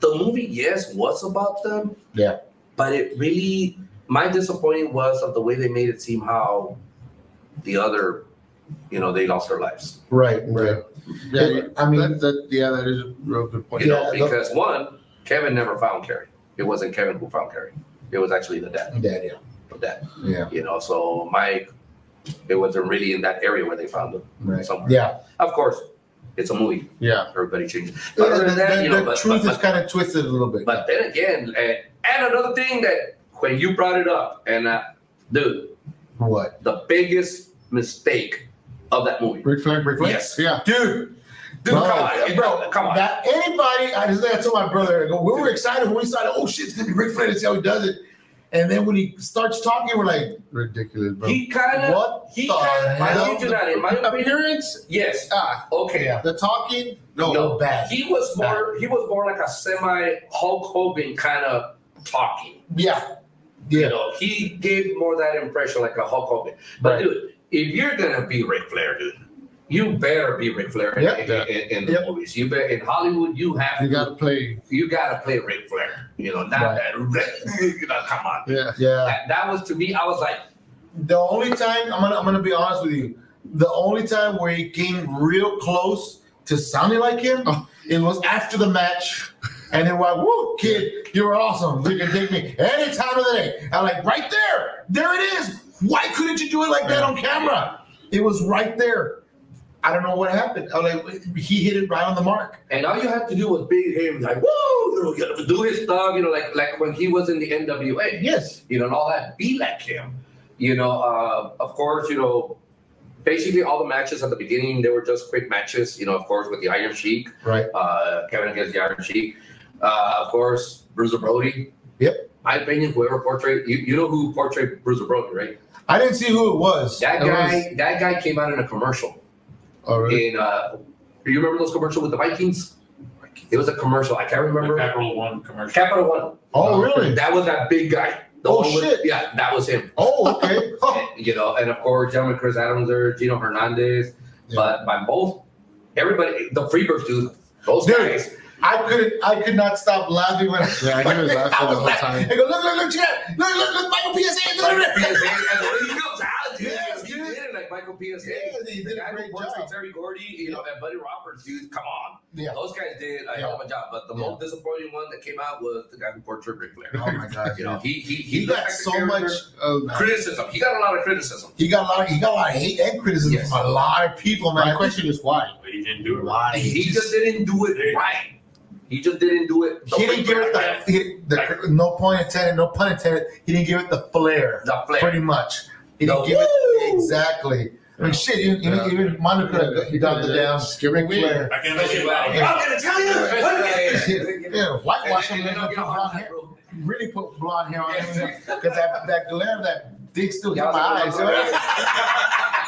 Speaker 5: the movie, yes, was about them.
Speaker 3: Yeah.
Speaker 5: But it really, my disappointment was of the way they made it seem how the other, you know, they lost their lives.
Speaker 3: Right. Right.
Speaker 2: Yeah, I mean,
Speaker 3: that, that, yeah, that is a real good point.
Speaker 5: You know,
Speaker 2: Yeah, look-
Speaker 5: because one, Kevin never found Carrie. It wasn't Kevin who found Carrie. It was actually the dad.
Speaker 2: Dad, yeah.
Speaker 5: The dad.
Speaker 3: Yeah.
Speaker 5: you know. So Mike, it wasn't really in that area where they found him.
Speaker 3: Right.
Speaker 5: Somewhere.
Speaker 2: Yeah,
Speaker 5: Of course, it's a movie.
Speaker 3: Yeah.
Speaker 5: Everybody changes.
Speaker 2: the,
Speaker 5: But other than that,
Speaker 2: the-
Speaker 5: you know,
Speaker 2: the
Speaker 5: but,
Speaker 2: truth
Speaker 5: but,
Speaker 2: is kind of twisted a little bit.
Speaker 5: but, but then again, and, and another thing that when you brought it up, and uh, dude,
Speaker 2: what?
Speaker 5: the biggest mistake of that movie.
Speaker 3: Rick Flair. Rick Flair.
Speaker 5: Yes.
Speaker 3: Yeah.
Speaker 2: Dude,
Speaker 5: Dude,
Speaker 2: Bro,
Speaker 5: come on, bro, come on.
Speaker 2: that anybody, I just I told my brother, I go, we were excited when we started, oh shit, it's gonna be Ric Flair to see how he does it. And then when he starts talking, we're like,
Speaker 3: Ridiculous, bro.
Speaker 5: he kind of,
Speaker 2: what?
Speaker 5: he
Speaker 2: the
Speaker 5: kind of,
Speaker 2: hell?
Speaker 5: I do not, in my opinion,
Speaker 3: Appearance.
Speaker 5: yes,
Speaker 3: Ah.
Speaker 5: okay.
Speaker 2: Yeah.
Speaker 3: The talking.
Speaker 2: No,
Speaker 5: No.
Speaker 2: Oh, bad.
Speaker 5: He was more, he was more like a semi Hulk Hogan kind of talking.
Speaker 2: Yeah.
Speaker 5: You
Speaker 2: Yeah.
Speaker 5: know, he gave more that impression like a Hulk Hogan. But
Speaker 2: Right.
Speaker 5: dude, if you're gonna be Ric Flair, dude, you better be Ric Flair in,
Speaker 2: Yep.
Speaker 5: in, in- in the
Speaker 2: Yep.
Speaker 5: movies. You bet in Hollywood, you have
Speaker 3: You
Speaker 5: to,
Speaker 3: gotta play.
Speaker 5: you gotta play Ric Flair. You know, not
Speaker 2: Right.
Speaker 5: that Ric- you know, come on.
Speaker 3: Yeah.
Speaker 2: Yeah.
Speaker 5: That, that was to me, I was like,
Speaker 2: The only time I'm gonna I'm gonna be honest with you, the only time where he came real close to sounding like him, it was after the match. And they were like, "Woo, kid, you're awesome. You can take me any time of the day." I'm like, "Right there, there it is. Why couldn't you do it like that on camera? It was right there. I don't know what happened. I was like, he hit it right on the mark.
Speaker 5: and all you have to do was big him like, woo, you know, you gotta do his stuff, you know, like like when he was in the NWA.
Speaker 2: Yes,
Speaker 5: you know, and all that. Be like him, you know. Uh, of course, you know, basically all the matches at the beginning they were just quick matches, you know. Of course, with the Iron Sheik,
Speaker 2: Right.
Speaker 5: Uh, Kevin against the Iron Sheik. Uh, of course, Bruiser Brody.
Speaker 2: Yep.
Speaker 5: My opinion, whoever portrayed you, you know who portrayed Bruiser Brody, right?
Speaker 2: I didn't see who it was.
Speaker 5: That
Speaker 3: It
Speaker 5: guy, that guy came out in a commercial.
Speaker 3: Oh, really?
Speaker 5: In uh, you remember those commercials with the Vikings? It was a commercial. I can't
Speaker 1: The
Speaker 5: remember.
Speaker 1: Capital One commercial.
Speaker 5: Capital One.
Speaker 2: Oh, really?
Speaker 5: That was that big guy. The
Speaker 2: Oh,
Speaker 5: one with-
Speaker 2: shit.
Speaker 5: Yeah, that was him.
Speaker 2: Oh, okay. Huh.
Speaker 5: you know, and of course, gentlemen, Chris Adams there, Gino Hernandez, but by both, everybody, the Freebirds dude, those
Speaker 2: Dude.
Speaker 5: guys,
Speaker 2: I couldn't. I could not stop laughing when I
Speaker 3: Yeah, I he was
Speaker 2: I
Speaker 3: laughing the
Speaker 2: was
Speaker 3: whole
Speaker 2: like,
Speaker 3: time.
Speaker 2: I go, look, look, look, check it out. Look, look, look, Michael PSA is doing
Speaker 5: Michael
Speaker 2: it.
Speaker 5: PSA, and when he comes out, dude,
Speaker 2: Yes,
Speaker 5: he
Speaker 2: dude.
Speaker 5: did it like Michael PSA.
Speaker 2: Yeah, he
Speaker 5: the
Speaker 2: did
Speaker 5: guy
Speaker 2: a
Speaker 5: who
Speaker 2: great
Speaker 5: works
Speaker 2: job.
Speaker 5: with Terry Gordy, you know, and Buddy Roberts, dude, come on.
Speaker 2: Yeah.
Speaker 5: Those guys did a hell of a job, but the
Speaker 2: Yeah.
Speaker 5: most disappointing one that came out was the guy who portrayed Ric Flair.
Speaker 3: Oh my god.
Speaker 5: You know, he he he,
Speaker 2: He
Speaker 5: looked
Speaker 2: got
Speaker 5: like a
Speaker 2: so
Speaker 5: character.
Speaker 2: much. um,
Speaker 3: Oh, no.
Speaker 5: criticism. He got a lot of criticism.
Speaker 2: He got a lot. Of, he got a lot of hate and criticism
Speaker 5: Yes.
Speaker 2: from a lot of people, man.
Speaker 3: My question is why?
Speaker 1: But he didn't do it. right.
Speaker 2: why
Speaker 5: He just didn't do it right. He just didn't do it. the
Speaker 2: He
Speaker 5: way
Speaker 2: didn't give it
Speaker 5: Ric
Speaker 2: the, he, the no point intended, no pun intended. He didn't give it the flair,
Speaker 5: The Flair.
Speaker 2: pretty much. He didn't
Speaker 5: The
Speaker 2: give it
Speaker 5: woo!
Speaker 2: exactly. I mean, shit, even,
Speaker 3: Yeah.
Speaker 2: even, even Mondo could have done the damn
Speaker 3: Skipping weed.
Speaker 2: flair.
Speaker 1: I can't let you
Speaker 5: I'm
Speaker 1: out.
Speaker 5: gonna tell you.
Speaker 2: Yeah, whitewash him and put blonde hair.
Speaker 5: Y'all
Speaker 2: Really put blonde hair on him because that, that glare, that dick still hit my eyes.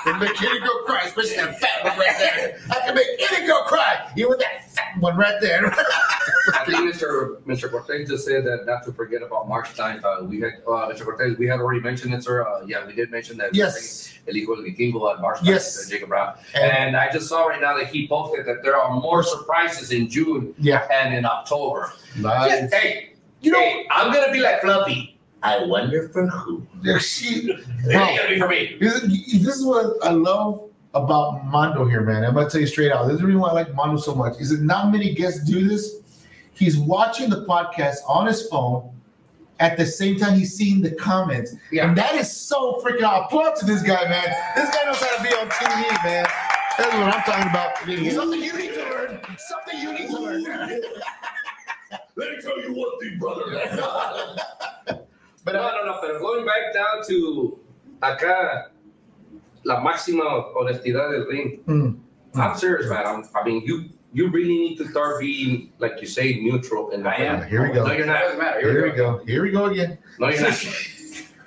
Speaker 2: Can make any girl cry, especially that fat one right there. I can make any girl cry, even with that fat one right there.
Speaker 5: I think Mr. Mr. Cortez just said that not to forget about March 9th. Uh, we had, uh, Mr. Cortez, we had already mentioned it, sir. Uh, yeah, we did mention that.
Speaker 2: yes.
Speaker 5: El Hijo del Vikingo on March 9th,
Speaker 2: Yes.
Speaker 5: uh, Jacob Brown.
Speaker 2: And,
Speaker 5: And I just saw right now that he posted that there are more surprises in June
Speaker 2: yeah.
Speaker 5: and in October. Uh,
Speaker 3: Nice.
Speaker 5: Hey,
Speaker 2: You know,
Speaker 5: hey, I'm going to be like Fluffy. I wonder for who.
Speaker 2: there she,
Speaker 5: It ain't going to be for me.
Speaker 2: This is, this is what I love about Mondo here, man. I'm gonna tell you straight out. This is the reason why I like Mondo so much. Is that not many guests do this? He's watching the podcast on his phone. At the same time, he's seeing the comments,
Speaker 5: Yeah.
Speaker 2: and that is so freaking. out. Applaud to this guy, man. This guy knows how to be on TV, man. That's what I'm talking about. Something you need to learn. Something you need to learn.
Speaker 5: Let me tell you what, the brother.
Speaker 2: But
Speaker 5: But no, no, no, pero going back down to acá, la máxima honestidad del ring.
Speaker 2: Mm.
Speaker 5: I'm serious, man. I'm, I mean, you you really need to start being, like you say, neutral. And
Speaker 6: I am.
Speaker 2: Here we go.
Speaker 5: No, you're not.
Speaker 6: Doesn't matter.
Speaker 2: Here
Speaker 6: Here
Speaker 2: we go. Here we go again.
Speaker 5: No, you're not.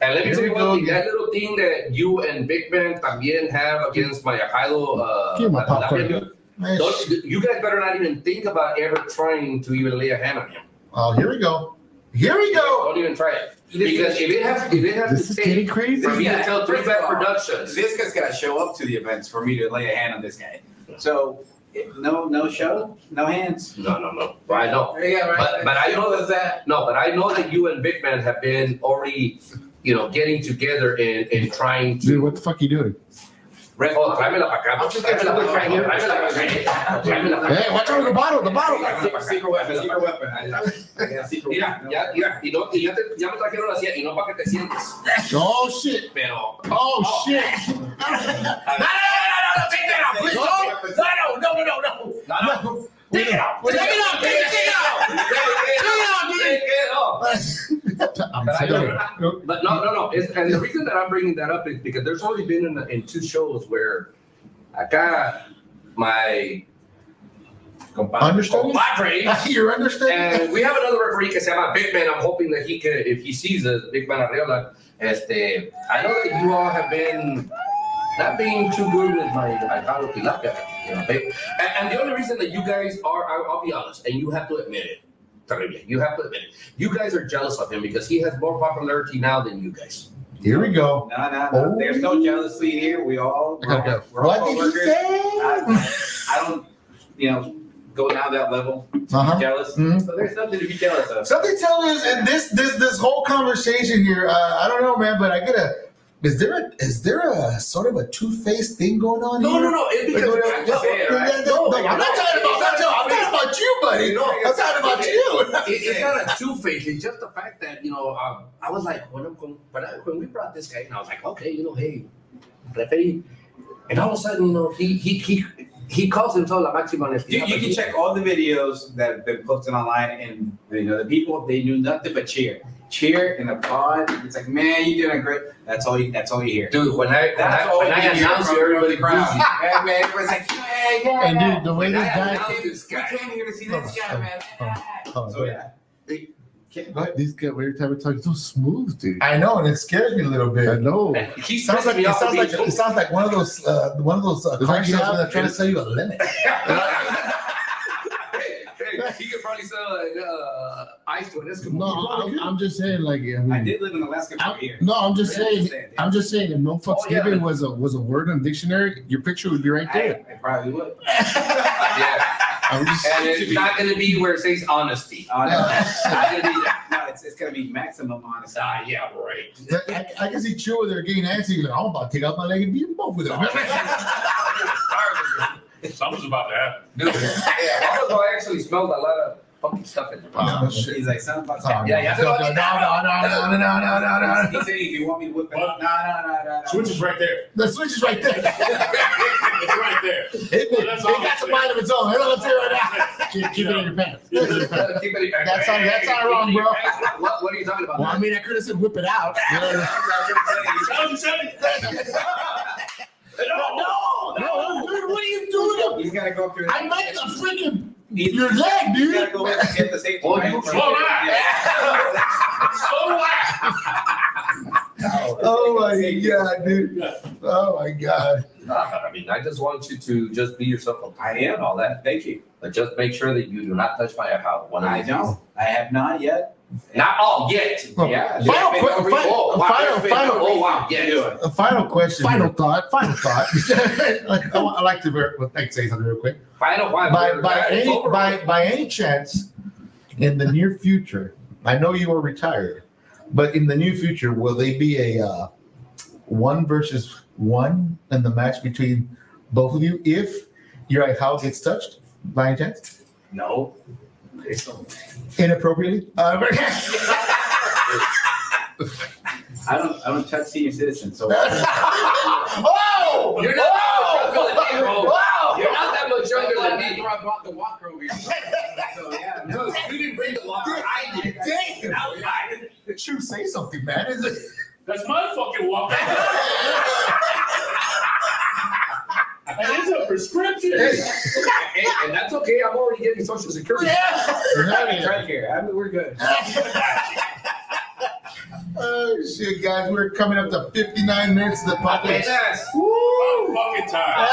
Speaker 5: And let me
Speaker 2: Here
Speaker 5: tell
Speaker 2: we
Speaker 5: you
Speaker 2: go
Speaker 5: one thing,
Speaker 2: again.
Speaker 5: that little thing that you and Big Man también have against my Ohio, uh,
Speaker 3: Give me my popcorn.
Speaker 5: Atlanta,
Speaker 2: Man,
Speaker 5: don't-
Speaker 2: sh-
Speaker 5: you guys better not even think about ever trying to even lay a hand on him.
Speaker 2: Oh, here we go. Here we go.
Speaker 5: Don't even try it. Because if it has, if it has
Speaker 3: This
Speaker 5: to
Speaker 3: is getting
Speaker 5: take
Speaker 3: crazy.
Speaker 5: for me to
Speaker 6: Yeah.
Speaker 5: tell three bad productions,
Speaker 6: This guy's got to show up to the events for me to lay a hand on this guy. So, if- no, no show, no hands.
Speaker 5: No, no, no. I know.
Speaker 6: Yeah, right.
Speaker 5: But, but I know that, that no, but I know that you and Big Man have been already, you know, getting together and, and trying to.
Speaker 3: Dude, what the fuck you doing?
Speaker 5: Red Bull, tráemela pa' acá.
Speaker 6: I'm just gonna
Speaker 5: Tráemela
Speaker 6: look
Speaker 5: pa' acá.
Speaker 6: right here.
Speaker 5: Tráemela pa' acá. Tráemela pa' acá.
Speaker 2: Eh,
Speaker 3: Hey, watch out with the bottle, the bottle.
Speaker 5: Oh,
Speaker 6: Secret- Secret weapon. Secret weapon. I- I got a secret
Speaker 5: Mira,
Speaker 6: weapon.
Speaker 5: ya, mira, y no, y ya, te, ya me trajeron la silla, y no para que te sientes,
Speaker 2: Oh shit.
Speaker 5: pero...
Speaker 2: Oh,
Speaker 5: Oh.
Speaker 2: shit.
Speaker 5: No, no, no, no, no, take that out, please,
Speaker 2: Oh.
Speaker 5: no, no, no, no, no, no, no, take it out, take it out, take it out, take it out, take it out.
Speaker 3: I'm
Speaker 5: But I
Speaker 3: sorry.
Speaker 5: don't- but no, no, no. It's, and the reason that I'm bringing that up is because there's only been in, in two shows where I got my
Speaker 6: Compadre.
Speaker 2: Understood?
Speaker 5: compadre,
Speaker 2: You're understanding?
Speaker 5: and we have another referee que se llama Big Man. I'm hoping that he could, if he sees us, Big Man Arriola. Este, I know that you all have been not being too good with my Alvaro Tilapia. You know, babe. and, and the only reason that you guys are, I'll, I'll be honest, and you have to admit it, terrible. You have to admit it. You guys are jealous of him because he has more popularity now than you guys.
Speaker 2: Here we go.
Speaker 6: No, no, no.
Speaker 2: Oh.
Speaker 6: There's no jealousy here. We all.
Speaker 3: I gotta go.
Speaker 6: We're all
Speaker 2: What did you
Speaker 6: coworkers.
Speaker 2: say?
Speaker 6: I, I don't, you know, go down that level.
Speaker 2: Uh-huh.
Speaker 6: Jealous.
Speaker 2: Mhm.
Speaker 6: So there's nothing to be jealous of.
Speaker 2: Something tell us in this this this whole conversation here, uh, I don't know, man, but I get a is there a is there a sort of a two-faced thing going on
Speaker 5: No,
Speaker 2: here?
Speaker 5: no, no. It's
Speaker 2: Like,
Speaker 5: because
Speaker 2: no, no,
Speaker 5: I'm just saying,
Speaker 2: no,
Speaker 5: right?
Speaker 2: no, no,
Speaker 5: No,
Speaker 2: I'm not
Speaker 5: no,
Speaker 2: talking about
Speaker 5: it's
Speaker 2: that.
Speaker 5: not
Speaker 2: I'm talking about you, buddy.
Speaker 5: No,
Speaker 2: I'm talking about you.
Speaker 5: It, it's not a two face. It's just the fact that you know. Um, I was like when I'm going, when, I, when we brought this guy, in, I was like, okay, you know, hey, referee, and all of a sudden, you know, he he he he calls himself La Maxima
Speaker 6: You,
Speaker 5: Honestidad.
Speaker 6: you
Speaker 5: but
Speaker 6: can
Speaker 5: he-
Speaker 6: check all the videos that have been posted online, and you know the people they do nothing but cheer, cheer and applaud. It's like, man, you doing great. That's all. You, that's all you hear.
Speaker 5: Dude, when I when I,
Speaker 6: That's all
Speaker 5: when
Speaker 6: you
Speaker 5: I
Speaker 6: hear
Speaker 5: announced
Speaker 6: from
Speaker 5: you, everybody
Speaker 6: the crowd.
Speaker 5: crazy.
Speaker 6: man, man, everyone's like, yeah, yeah.
Speaker 3: And dude, the way
Speaker 5: When
Speaker 3: this
Speaker 5: I
Speaker 3: guy.
Speaker 5: announced this
Speaker 6: We
Speaker 5: guy,
Speaker 6: came here to see this guy, man.
Speaker 3: Oh,
Speaker 6: So yeah,
Speaker 3: Go ahead. These guys, every time we talk, it's so smooth, dude.
Speaker 2: I know, and it scares me a little
Speaker 3: I
Speaker 2: bit.
Speaker 3: know.
Speaker 5: he
Speaker 2: Sounds
Speaker 5: pissed
Speaker 2: like
Speaker 5: me
Speaker 2: it
Speaker 5: off.
Speaker 2: sounds
Speaker 5: with
Speaker 2: like
Speaker 5: these
Speaker 2: it
Speaker 5: jokes.
Speaker 2: sounds like one of those uh, one of those uh,
Speaker 3: It's
Speaker 2: car
Speaker 3: like you
Speaker 2: shops
Speaker 3: have-
Speaker 2: where they're trying to sell you a limit.
Speaker 5: Hey, hey, he could probably sell uh, ice to an Eskimo.
Speaker 3: No, I'm, I'm just saying, like, I
Speaker 6: I
Speaker 3: mean,
Speaker 6: did live in Alaska for a
Speaker 3: I,
Speaker 6: year.
Speaker 3: no, I'm just
Speaker 6: I
Speaker 3: saying,
Speaker 6: understand, yeah.
Speaker 3: I'm just saying, if no fucks
Speaker 5: Oh, yeah,
Speaker 3: given
Speaker 5: but-
Speaker 3: was a was a word in the dictionary, your picture would be right there.
Speaker 6: I, I probably would. Uh,
Speaker 5: Yeah.
Speaker 3: I'm just,
Speaker 5: And it's not gonna be where it says honesty.
Speaker 2: Oh,
Speaker 5: It's
Speaker 6: Honestly,
Speaker 5: not gonna be that.
Speaker 6: no, it's, it's gonna be maximum honesty.
Speaker 5: Ah, yeah, right.
Speaker 2: I, I can see Chew there getting antsy. He's like, I'm about to take out my leg and beat them both
Speaker 5: Oh,
Speaker 2: with it.
Speaker 1: Something's about to happen.
Speaker 5: Dude, yeah, although I actually smelled a lot of funky stuff in there.
Speaker 2: Oh, shit.
Speaker 6: He's like, something about
Speaker 2: Oh,
Speaker 5: Yeah, yeah.
Speaker 2: No, no, no, no, no, no, no, no, no, no.
Speaker 6: He said, if you want me to whip it,
Speaker 1: What?
Speaker 6: up, nah, nah, nah, nah, nah.
Speaker 1: Switch is right there.
Speaker 2: The switch is right there.
Speaker 1: It's right there.
Speaker 2: It, it, it got some mind of its own. It'll appear right now.
Speaker 3: keep, keep it in your pants.
Speaker 5: Keep it back.
Speaker 2: That's not- that's not wrong, bro.
Speaker 5: What, what are you talking about?
Speaker 3: Well, I mean, I could have said whip it out.
Speaker 2: No, no, dude, what are you doing?
Speaker 6: He's gotta go through.
Speaker 2: I meant the freaking
Speaker 6: He's-
Speaker 2: your leg,
Speaker 6: he's gotta
Speaker 2: dude.
Speaker 6: go in and get the safety.
Speaker 5: Oh,
Speaker 6: blanket
Speaker 5: you
Speaker 6: for-
Speaker 1: slow down.
Speaker 6: Yeah.
Speaker 1: So what?
Speaker 2: Oh my god, dude.
Speaker 1: Yeah.
Speaker 2: Oh my God.
Speaker 5: Nah, I mean, I just want you to just be yourself.
Speaker 6: I am
Speaker 5: and all that,
Speaker 6: Thank you.
Speaker 5: but just make sure that you do not touch my account. One of
Speaker 6: I
Speaker 5: these days.
Speaker 6: know. I have not yet.
Speaker 5: Not all yet.
Speaker 2: Well,
Speaker 6: Yeah.
Speaker 2: final
Speaker 6: there's been
Speaker 2: que-
Speaker 6: no re-
Speaker 2: final-
Speaker 6: oh, wow,
Speaker 2: final-
Speaker 6: there's been no-
Speaker 5: final-
Speaker 6: Oh, wow. Yeah, do it.
Speaker 2: A final question.
Speaker 3: Final
Speaker 2: here. thought. Final thought. like, I, want- I like to ver- well, thanks, say something real quick.
Speaker 5: Final one.
Speaker 2: by by
Speaker 5: It's
Speaker 2: any
Speaker 5: over
Speaker 2: by
Speaker 5: with.
Speaker 2: by any chance, in the near future, I know you are retired, but in the near future, will they be a uh, one versus one in the match between both of you if your account gets touched by any chance
Speaker 5: no.
Speaker 2: inappropriately? Uh,
Speaker 6: I don't, I don't touch senior citizens, so.
Speaker 2: oh,
Speaker 5: You're not.
Speaker 2: oh,
Speaker 5: Wow. You're not that much younger than me.
Speaker 6: I brought the walker over here. So, yeah, no,
Speaker 5: No, you didn't bring the law. I did.
Speaker 2: Damn.
Speaker 5: That was mine.
Speaker 2: True, say something, man. Is it-
Speaker 1: That's my fucking walk. That is a prescription.
Speaker 5: and, and that's okay. I'm already getting social security.
Speaker 6: it's right here. I mean, we're good.
Speaker 2: oh shit, guys, we're coming up to 59 minutes of the podcast.
Speaker 5: Apenas.
Speaker 1: Woo! Fucking time.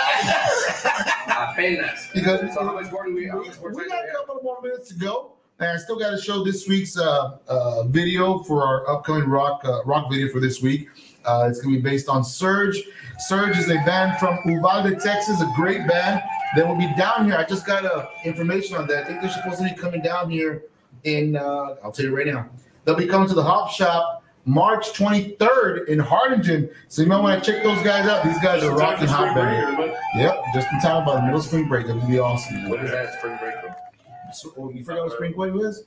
Speaker 5: Apenas.
Speaker 2: Because-
Speaker 5: Uh, so how much more do we? How
Speaker 2: We,
Speaker 5: much more
Speaker 2: we
Speaker 5: time
Speaker 2: got
Speaker 5: do
Speaker 2: a couple more minutes to go, and I still got to show this week's uh, uh, video for our upcoming rock uh, rock video for this week. Uh, it's gonna be based on Surge. Surge is a band from Uvalde, Texas, a great band that will be down here. I just got uh, information on that. I think they're supposed to be coming down here in. Uh, I'll tell you right now, they'll be coming to the Hop Shop March 23rd in Hardingen. So you might want to check those guys out. These guys are rocking hot band. Yep, just in time by the middle of spring break. That would be awesome.
Speaker 5: we- What is that spring break? from?
Speaker 2: So, oh, you forgot what spring quake was?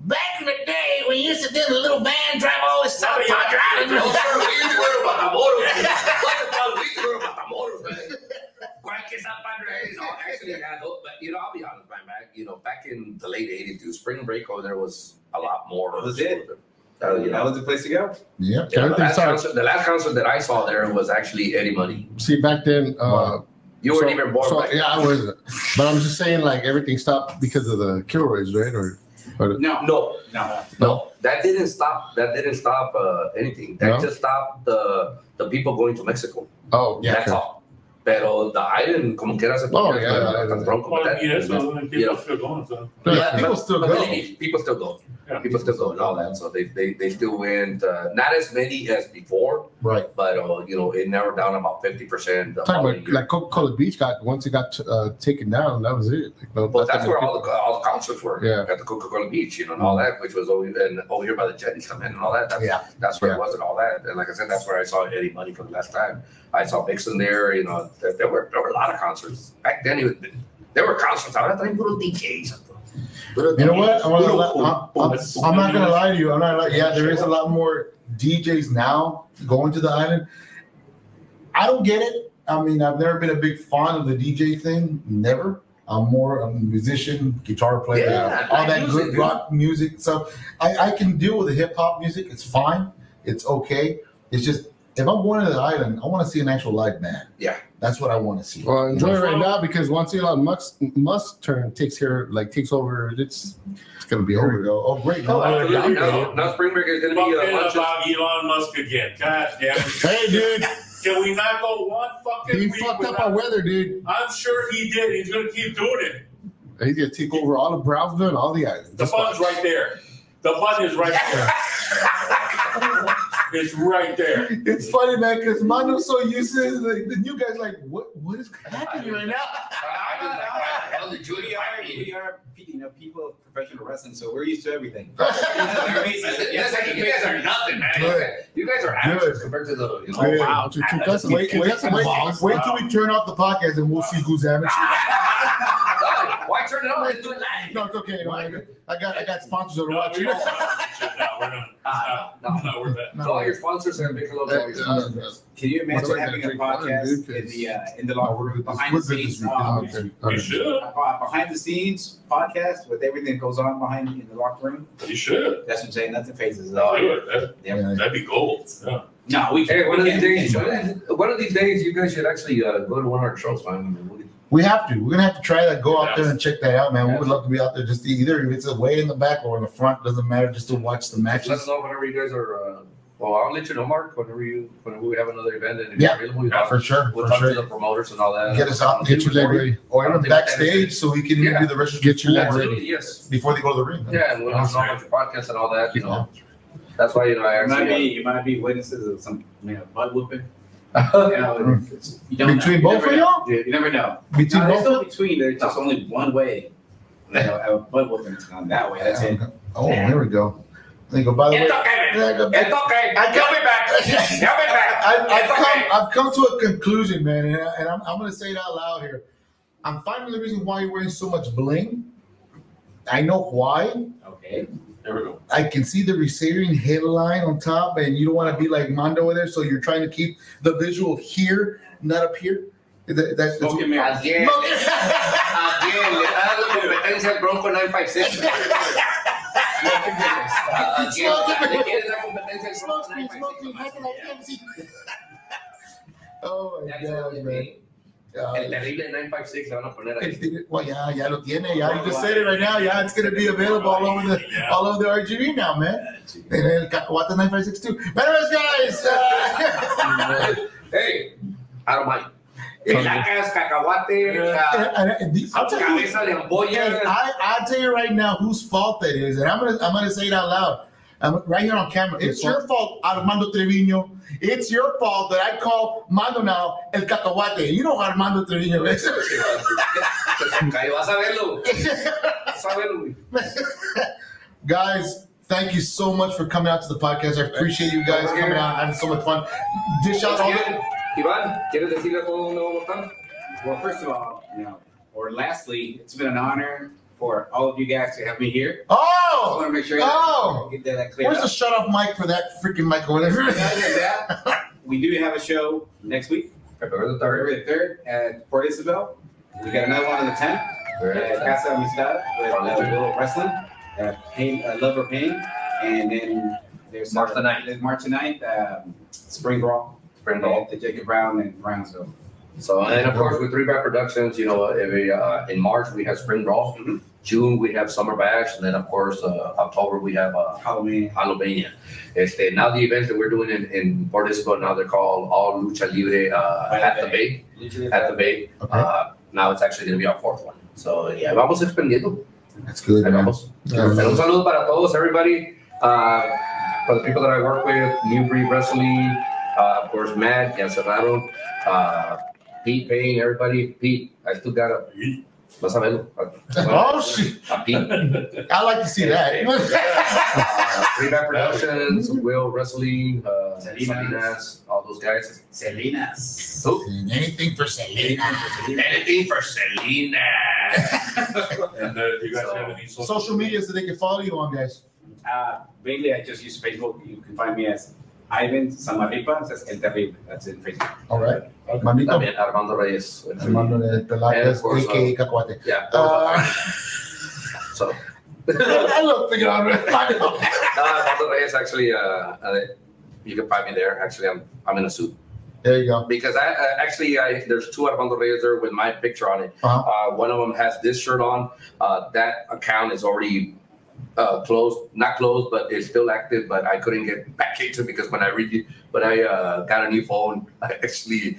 Speaker 4: Back in the day, we used to do the little band drive all the South
Speaker 5: Sorry,
Speaker 4: Padre
Speaker 5: I-
Speaker 4: Island.
Speaker 5: No, sir, we used to wear matamoros. What the hell, we used to wear matamoros, man. Crank is up under it. No, actually, I don't- but, you know, I'll be honest, man, man, you know, back in the late eighties, dude, spring break over there was a lot more.
Speaker 6: That was it.
Speaker 5: Uh, you
Speaker 6: That
Speaker 5: know,
Speaker 6: was the place to go.
Speaker 2: Yep.
Speaker 5: yeah, the
Speaker 2: everything
Speaker 5: last
Speaker 2: started.
Speaker 5: concert, the last concert that I saw there was actually Eddie Money.
Speaker 3: See, back then, uh,
Speaker 2: Wow.
Speaker 5: You weren't
Speaker 3: so-
Speaker 5: even born
Speaker 3: so-
Speaker 5: back
Speaker 3: yeah, I
Speaker 5: then.
Speaker 3: wasn't. But I'm just saying, like everything stopped because of the Kilroys, right? Or
Speaker 6: No,
Speaker 5: No,
Speaker 6: no.
Speaker 5: no, that didn't stop, that didn't stop, uh, anything. That
Speaker 3: No?
Speaker 5: just stopped the, the people going to Mexico.
Speaker 3: oh, yeah,
Speaker 5: That's
Speaker 3: okay.
Speaker 5: all. Pero the island, como quiera, se
Speaker 3: Oh, yeah,
Speaker 5: tan-
Speaker 3: yeah,
Speaker 5: tan
Speaker 3: yeah.
Speaker 5: tronco, but
Speaker 1: Well,
Speaker 5: that-
Speaker 1: yeah, so people
Speaker 5: Yeah.
Speaker 1: still going. So.
Speaker 3: Yeah,
Speaker 5: Yeah,
Speaker 2: people
Speaker 5: but-
Speaker 2: still
Speaker 5: but
Speaker 2: go.
Speaker 5: believe me, People still go.
Speaker 1: Yeah.
Speaker 5: People still go and all that. So they, they, they still went, uh, not as many as before,
Speaker 2: Right.
Speaker 5: but, uh, you know, it narrowed down about fifty percent.
Speaker 2: Oh,
Speaker 3: Talking about like Coca Cola Beach got once it got uh, taken down, that was it. Like, no,
Speaker 5: But that's
Speaker 3: nothing-
Speaker 5: where all the, all the concerts were.
Speaker 3: Yeah.
Speaker 5: At the Coca-Cola Beach, you know, and all that, which was over, and over here by the jetty come in and all that. That's,
Speaker 2: Yeah.
Speaker 5: That's where
Speaker 3: Yeah.
Speaker 5: it was and all that. And like I said, that's where I saw Eddie Money for the last time. I saw Vixen there, you know, there, there were, there were a lot of concerts. Back then, it was, there were concerts. I was like, little DJs. Little
Speaker 2: You know what? I'm, gonna li- I'm- I'm-
Speaker 1: Little-
Speaker 2: I'm not gonna lie to you. I'm not like yeah. There is a lot more DJs now going to the island. I don't get it. I mean, I've never been a big fan of the DJ thing. Never. I'm more a musician, guitar player,
Speaker 5: Yeah,
Speaker 2: all
Speaker 5: like
Speaker 2: that
Speaker 5: music,
Speaker 2: good
Speaker 5: dude.
Speaker 2: rock music stuff. I, I can deal with the hip hop music. It's fine. It's okay. It's just if I'm going to the island, I want to see an actual live band.
Speaker 5: Yeah.
Speaker 2: that's what I want to see.
Speaker 3: Well, enjoy it right now because once Elon Musk Musk turn takes here, like takes over, it's it's gonna be
Speaker 2: Here
Speaker 3: over.
Speaker 2: we go. Oh, great.
Speaker 5: Oh, absolutely.
Speaker 1: yeah,
Speaker 5: Now,
Speaker 1: yeah.
Speaker 5: now spring break is going to be a
Speaker 1: Fucking
Speaker 5: bunch of.
Speaker 1: about Elon Musk again. God damn it.
Speaker 2: Hey, dude.
Speaker 1: Can we not go one fucking
Speaker 3: He
Speaker 1: week
Speaker 3: fucked up
Speaker 1: without-
Speaker 3: our weather, dude.
Speaker 1: I'm sure he did. He's going to keep doing it.
Speaker 3: He's gonna take over all of Brownsville and all the islands.
Speaker 1: The
Speaker 3: Just
Speaker 1: button's
Speaker 3: watch.
Speaker 1: right there. The button is right there. it's right there.
Speaker 2: It's funny, man, because Mano's so used to this, like, the new guy's like, what, what is happening right now?
Speaker 5: I was like, why the hell did you
Speaker 6: We are,
Speaker 5: hire me?
Speaker 6: we are, you know, people of professional wrestling, so we're used to everything.
Speaker 5: Oh, Yes, I- You guys are nothing, man. You
Speaker 2: Good.
Speaker 5: guys- You guys are amateurs compared to the. you know,
Speaker 2: Good.
Speaker 3: Wow, dude, dude, that's-
Speaker 2: Wait, wait,
Speaker 3: that's-
Speaker 2: wait, wait till we turn off the podcast and we'll see who's amateur.
Speaker 5: God, Why turn it on and do it live?
Speaker 2: No, it's okay. No, I, I got I got sponsors that are
Speaker 1: No, we
Speaker 2: watching.
Speaker 1: don't want to do shit now. We're not. It's
Speaker 5: Ah,
Speaker 1: not,
Speaker 5: no, no.
Speaker 1: it's not worth it.
Speaker 5: To all your sponsors and big hello to all your
Speaker 3: Uh,
Speaker 5: sponsors.
Speaker 6: Can you imagine
Speaker 3: What's like
Speaker 6: having
Speaker 3: that
Speaker 6: a
Speaker 3: drink water,
Speaker 6: podcast
Speaker 3: dude?
Speaker 6: in the uh, in the locker room behind
Speaker 2: we're
Speaker 6: the
Speaker 2: good this
Speaker 6: scenes?
Speaker 2: week.
Speaker 6: uh,
Speaker 3: okay.
Speaker 1: You should.
Speaker 6: uh, behind the scenes podcast with everything that goes on behind in the locker room.
Speaker 1: You should.
Speaker 6: That's what I'm saying. Nothing phases
Speaker 1: Do
Speaker 6: us.
Speaker 1: it. That-
Speaker 2: Yeah.
Speaker 1: That'd be gold. Yeah.
Speaker 6: No, we
Speaker 5: Hey, one of
Speaker 6: we
Speaker 5: these
Speaker 6: can't- we
Speaker 5: days,
Speaker 6: can't
Speaker 5: one
Speaker 6: show that.
Speaker 5: of these- one of these days, you guys should actually uh, go to one of our shows, man.
Speaker 2: We have to. We're gonna have to try that. Go out there and check that out, man. We would love to be out there. Just either if it's way in the back or in the front, doesn't matter. Just to watch the
Speaker 5: Let us
Speaker 2: matches.
Speaker 5: know whenever you guys are uh, Well, I'll let you know, Mark, whenever you, whenever we have another event and if
Speaker 2: Yeah.
Speaker 5: you're available, you
Speaker 1: Yeah,
Speaker 5: know,
Speaker 2: for sure.
Speaker 5: we'll
Speaker 2: For
Speaker 5: talk to
Speaker 2: sure.
Speaker 5: the promoters and all that.
Speaker 2: Get us out, and get your library, or
Speaker 5: I don't
Speaker 2: even
Speaker 5: think we're
Speaker 2: backstage, so we can
Speaker 5: Yeah.
Speaker 2: do the rest of
Speaker 3: Get your
Speaker 2: before-
Speaker 5: Absolutely, yes.
Speaker 2: before they go to the ring.
Speaker 5: Yeah, and we'll have
Speaker 1: Awesome.
Speaker 5: about your podcast and all that, you know. That's why, you know, I
Speaker 6: You might be,
Speaker 5: actually.
Speaker 6: you might be witnesses of some, you know, butt whooping. You
Speaker 5: Yeah,
Speaker 6: know, it's- you don't know.
Speaker 2: Between
Speaker 6: You
Speaker 2: both
Speaker 6: never
Speaker 2: of
Speaker 6: know.
Speaker 2: y'all?
Speaker 6: You never know.
Speaker 2: Between
Speaker 6: No,
Speaker 2: both
Speaker 6: there's
Speaker 2: of
Speaker 6: no between. There's just only one way. You know, a butt whooping's gone that way. That's it.
Speaker 2: Oh, here we go. There you go. By the way,
Speaker 4: It's okay, man.
Speaker 2: there you go.
Speaker 4: It's okay.
Speaker 2: Oh, I
Speaker 4: You'll be back. You'll
Speaker 2: I,
Speaker 4: be back.
Speaker 2: I've,
Speaker 4: It's okay.
Speaker 2: come, I've come to a conclusion, man, and, I, and I'm, I'm going to say it out loud here. I'm finding the reason why you're wearing so much bling. I know why.
Speaker 6: Okay.
Speaker 1: There we go.
Speaker 2: I can see the receding headline on top, and you don't want to be like Mondo over there, so you're trying to keep the visual here, not up here. That, that's, that's
Speaker 6: Smoking mirrors.
Speaker 5: Again, again, le da la competencia al Bronco 956.
Speaker 6: Smoking mirrors.
Speaker 5: Again, le quiere dar competencia al Bronco
Speaker 2: Smoking, smoking,
Speaker 5: 956.
Speaker 2: hacking like MC. Oh
Speaker 5: Ya
Speaker 2: my
Speaker 5: que se
Speaker 2: god,
Speaker 5: oye
Speaker 2: man.
Speaker 5: bien. El
Speaker 2: God.
Speaker 5: terrible 956 le van a poner
Speaker 2: If
Speaker 5: ahí.
Speaker 2: they did- Well, yeah, yeah, lo tiene. Yeah, you just said it right now. Yeah, it's gonna be available all over the
Speaker 1: Yeah.
Speaker 2: all over the RGB now, man. And El Cacahuate 9562. Anyways, guys. Uh,
Speaker 5: Hey, I don't mind. Placas, cacahuate,
Speaker 2: and,
Speaker 5: la-
Speaker 2: and, and the- I'll tell you,
Speaker 5: cabeza de
Speaker 2: Hey,
Speaker 5: ampolla.
Speaker 2: I, I'll tell you right now whose fault that is, and I'm gonna I'm gonna say it out loud. I'm right here on camera. It's your fault, Armando Trevino. It's your fault that I call Mando now el cacahuate. You know who Armando Trevino is.
Speaker 5: Se cayó, vas a verlo. Vas a verlo, güey.
Speaker 2: guys, thank you so much for coming out to the podcast. I appreciate you guys coming out. Having so much fun. Dish out all the
Speaker 5: Iván, ¿quieres decirle a todo dónde vamos a estar?
Speaker 6: Well, first of all, you know, or lastly, it's been an honor for all of you guys to have me here. I want
Speaker 2: Oh!
Speaker 6: to make sure
Speaker 2: Oh!
Speaker 6: that, get that clear.
Speaker 2: Where's the shut off mic for that freaking mic or
Speaker 6: Other
Speaker 2: whatever?
Speaker 6: than that, we do have a show next week,
Speaker 5: Febrero
Speaker 6: February the third at Port Isabel. We got another one on the tenth at Casa Amistad with uh, Little Wrestling, uh, Pain, uh, Love or Pain, and then there's uh,
Speaker 5: March the ninth.
Speaker 6: there's March the ninth, um, Spring Brawl,
Speaker 5: Febrero.
Speaker 6: at the Jacob Brown in Brownsville.
Speaker 5: So, and of course, with Three Back Productions, you know, every, uh, in March we have Spring Brawl,
Speaker 6: Mhm.
Speaker 5: June we have Summer Bash, and then of course, uh, October we have uh,
Speaker 6: Halloween.
Speaker 5: Halloween. Este, now the events that we're doing in, in Puerto Esco, now they're called All Lucha Libre uh, at the Bay. At the Bay. Uh, now it's actually going to be our fourth one. So, yeah, vamos expandiendo.
Speaker 2: That's good,
Speaker 5: Ahí
Speaker 2: man.
Speaker 5: vamos. And un saludo para todos, everybody. Uh, for the people that I work with, New Breed Wrestling, uh, of course, Matt, Yancerrado, uh, Pete Payne, everybody. Pete, I still got a, vas a verlo.
Speaker 2: Oh, shit.
Speaker 5: A Pete.
Speaker 2: I like to see that.
Speaker 5: Uh, Three Back Productions, Will Wrestling, uh, Salinas, all those guys.
Speaker 6: Selena's.
Speaker 5: So,
Speaker 2: Anything for Selena.
Speaker 5: anything for Salinas.
Speaker 1: And uh, you guys have any social?
Speaker 2: Social media so they can follow you on, guys.
Speaker 6: Uh, mainly, I just use Facebook. You can find me as Ivan Samaripa. That's El Terrible. That's in Facebook.
Speaker 2: All right. Manito.
Speaker 5: También Armando Reyes.
Speaker 2: Armando de Pelaez,
Speaker 5: of course,
Speaker 2: aka Cacahuate.
Speaker 5: Yeah.
Speaker 2: Uh,
Speaker 5: so.
Speaker 2: I love figuring out. Mando.
Speaker 5: No, Armando Reyes actually, uh, uh, you can find me there. Actually, I'm I'm in a suit
Speaker 2: There you go.
Speaker 5: because I uh, actually I, there's two Armando Reyes there with my picture on it.
Speaker 2: Uh-huh.
Speaker 5: Uh, one of them has this shirt on. Uh, that account is already uh, closed, not closed, but it's still active. But I couldn't get back into it because when I read, when I uh, got a new phone, I actually.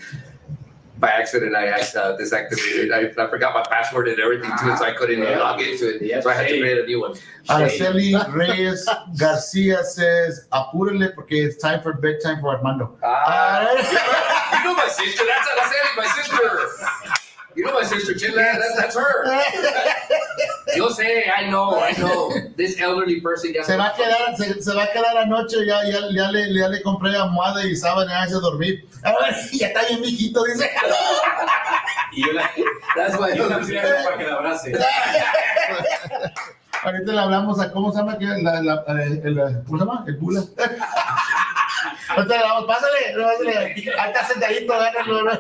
Speaker 5: By accident, I uh, disactivated. I, I forgot my password and everything too, so I couldn't
Speaker 6: Yeah.
Speaker 5: log into it.
Speaker 6: Yeah,
Speaker 5: So I had to
Speaker 6: shame.
Speaker 5: create a new one.
Speaker 2: Araceli Reyes Garcia says, apúrenle porque it's time for bedtime for Armando.
Speaker 5: Ah.
Speaker 2: Ah.
Speaker 5: you know my sister. That's how I said it, my sister. You know my sister, Chinla. That's, that's her. You'll say, I know, I know. This elderly person got
Speaker 2: Se va a quedar, se, se va a quedar anoche, ya, ya, ya, le, ya le compré almohada y sábana y hace dormir. A ver, ya está bien mijito, dice.
Speaker 6: Y yo la,
Speaker 5: That's my
Speaker 6: yo la fui a
Speaker 5: elderly
Speaker 6: ver para que la abrace.
Speaker 2: Ahorita le hablamos a cómo se llama que la, la, el, el- ¿cómo se llama? El bula. Ahorita le hablamos, pásale, pásale. Ahí está sentadito, agárralo.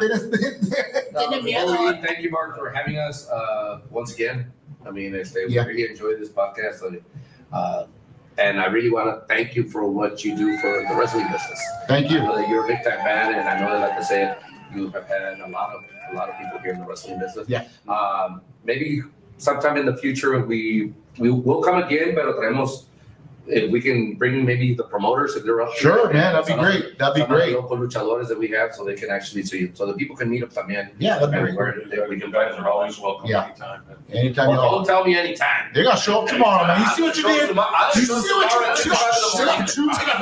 Speaker 2: Tienes- Tiene miedo.
Speaker 5: Holy, Thank you, Mark, for having us uh, once again. I mean, I say,
Speaker 2: Yeah.
Speaker 5: we really enjoyed this podcast. Uh, and I really want to thank you for what you do for the wrestling business.
Speaker 2: Thank
Speaker 5: I
Speaker 2: you.
Speaker 5: know that you're a big time fan, and I know that, like I said, you have had a lot of a lot of people here in the wrestling business.
Speaker 2: Yeah.
Speaker 5: Um, maybe sometime in the future we we will come again, pero traemos if we can bring maybe the promoters if they're up. to
Speaker 2: Sure,
Speaker 5: it,
Speaker 2: man, that'd be
Speaker 5: some of the-
Speaker 2: great. That'd
Speaker 5: some
Speaker 2: be
Speaker 5: of the
Speaker 2: great.
Speaker 5: Local luchadores that we have, so they can actually, so you, so the people can meet up también.
Speaker 2: Yeah, that'd be great.
Speaker 5: And where they- we
Speaker 1: You
Speaker 5: can
Speaker 1: guys are always welcome
Speaker 2: Yeah.
Speaker 1: anytime. man.
Speaker 2: Anytime
Speaker 5: Or
Speaker 2: y'all.
Speaker 5: don't tell me anytime.
Speaker 2: They're gonna show up tomorrow, man. You see what you did? You see what you did? Shut up, Drew. Shut up, Drew. Shut up,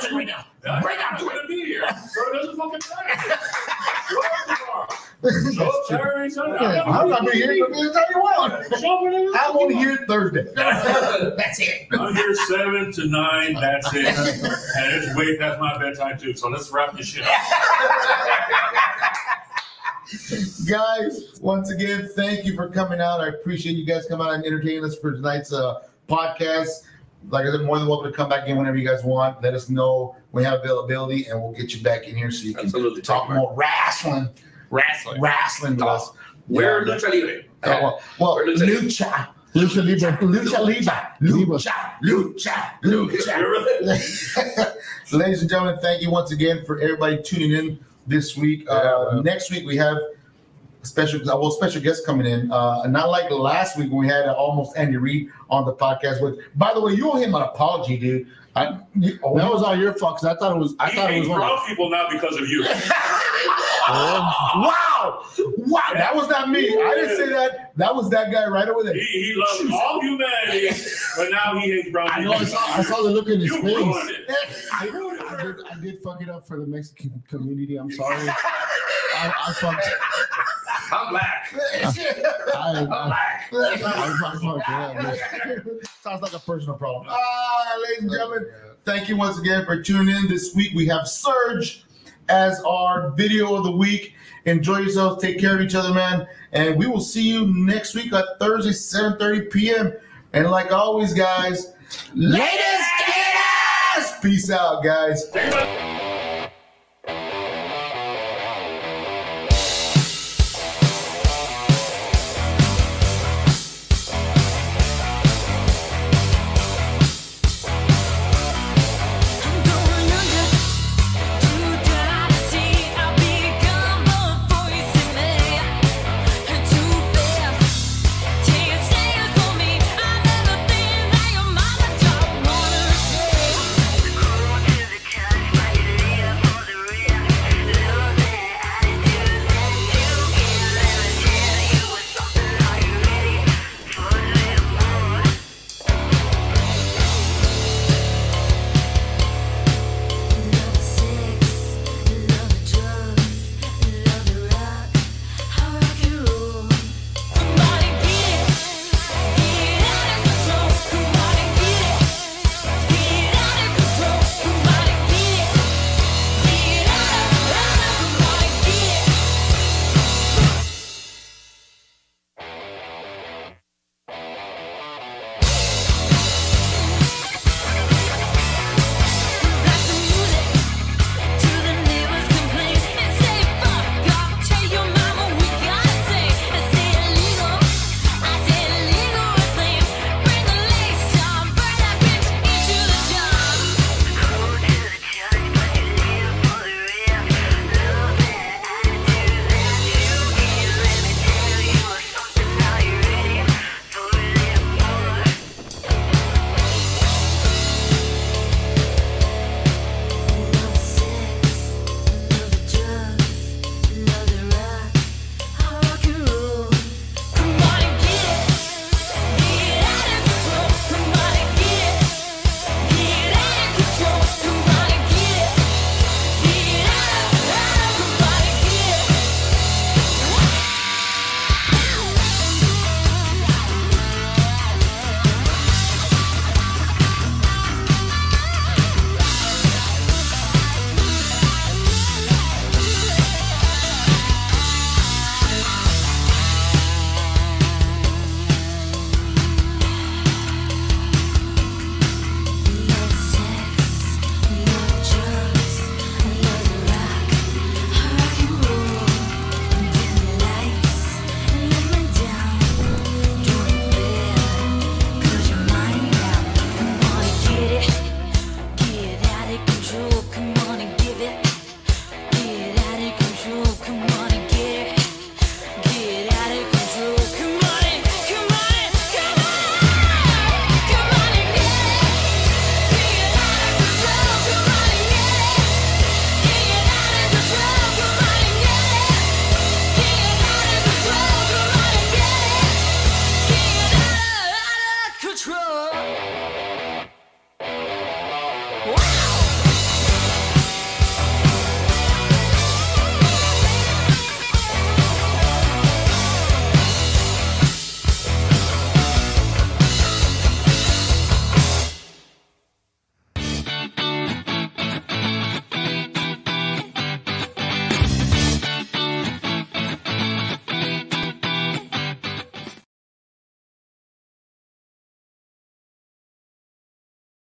Speaker 2: Drew.
Speaker 1: I'm gonna be here, so it doesn't fucking matter. Show up tomorrow. Show up Saturday, Sunday.
Speaker 2: Yeah, I'm not gonna be here. You can tell you what.
Speaker 1: Show up whenever the fuck
Speaker 2: I'm
Speaker 1: you
Speaker 2: only
Speaker 1: want.
Speaker 2: here Thursday. That's it.
Speaker 1: I'm here seven to nine, that's it. And it's way past my bedtime too, so let's wrap this shit up.
Speaker 2: guys, once again, thank you for coming out. I appreciate you guys coming out and entertaining us for tonight's uh, podcast. Like I said, more than welcome to come back in whenever you guys want. Let us know when you have availability, and we'll get you back in here so you can
Speaker 5: Absolutely.
Speaker 2: talk more wrestling,
Speaker 5: Wrestling.
Speaker 2: wrestling with us.
Speaker 5: We're
Speaker 2: Yeah.
Speaker 5: lucha libre.
Speaker 2: Oh, well, well,
Speaker 5: Where does it-
Speaker 2: lucha,
Speaker 3: Lucha Libre.
Speaker 2: lucha libre, lucha, lucha, lucha. Ladies and gentlemen, thank you once again for everybody tuning in this week.
Speaker 3: Yeah,
Speaker 2: Uh, next week we have special uh, well special guests coming in. Uh, not like last week when we had uh, almost Andy Reid on the podcast. With by the way, you owe him an apology, dude. I, you, oh,
Speaker 3: That was all your fault because I thought it was. I
Speaker 1: He
Speaker 3: thought it
Speaker 1: hates
Speaker 3: was one.
Speaker 1: brown people now because of you.
Speaker 2: wow, wow, that was not me. I didn't say that. That was that guy right over there.
Speaker 1: He, he loves all humanity, but now he hates brown
Speaker 3: I
Speaker 1: people.
Speaker 3: know. I saw, I saw the look in his
Speaker 1: You ruined
Speaker 3: face.
Speaker 1: it.
Speaker 3: I, I did, I did fuck it up for the Mexican community. I'm sorry. I, I fucked.
Speaker 5: I'm black.
Speaker 3: I,
Speaker 5: I'm
Speaker 3: I,
Speaker 5: black.
Speaker 3: I, I fucked it up. man.
Speaker 2: Sounds like a personal problem. Ah, ladies and gentlemen, thank you once again for tuning in. This week we have Surge as our video of the week. Enjoy yourselves. Take care of each other, man. And we will see you next week on Thursday, 7.30 p.m. And like always, guys, latest, latest! Peace out, guys.
Speaker 1: Think about-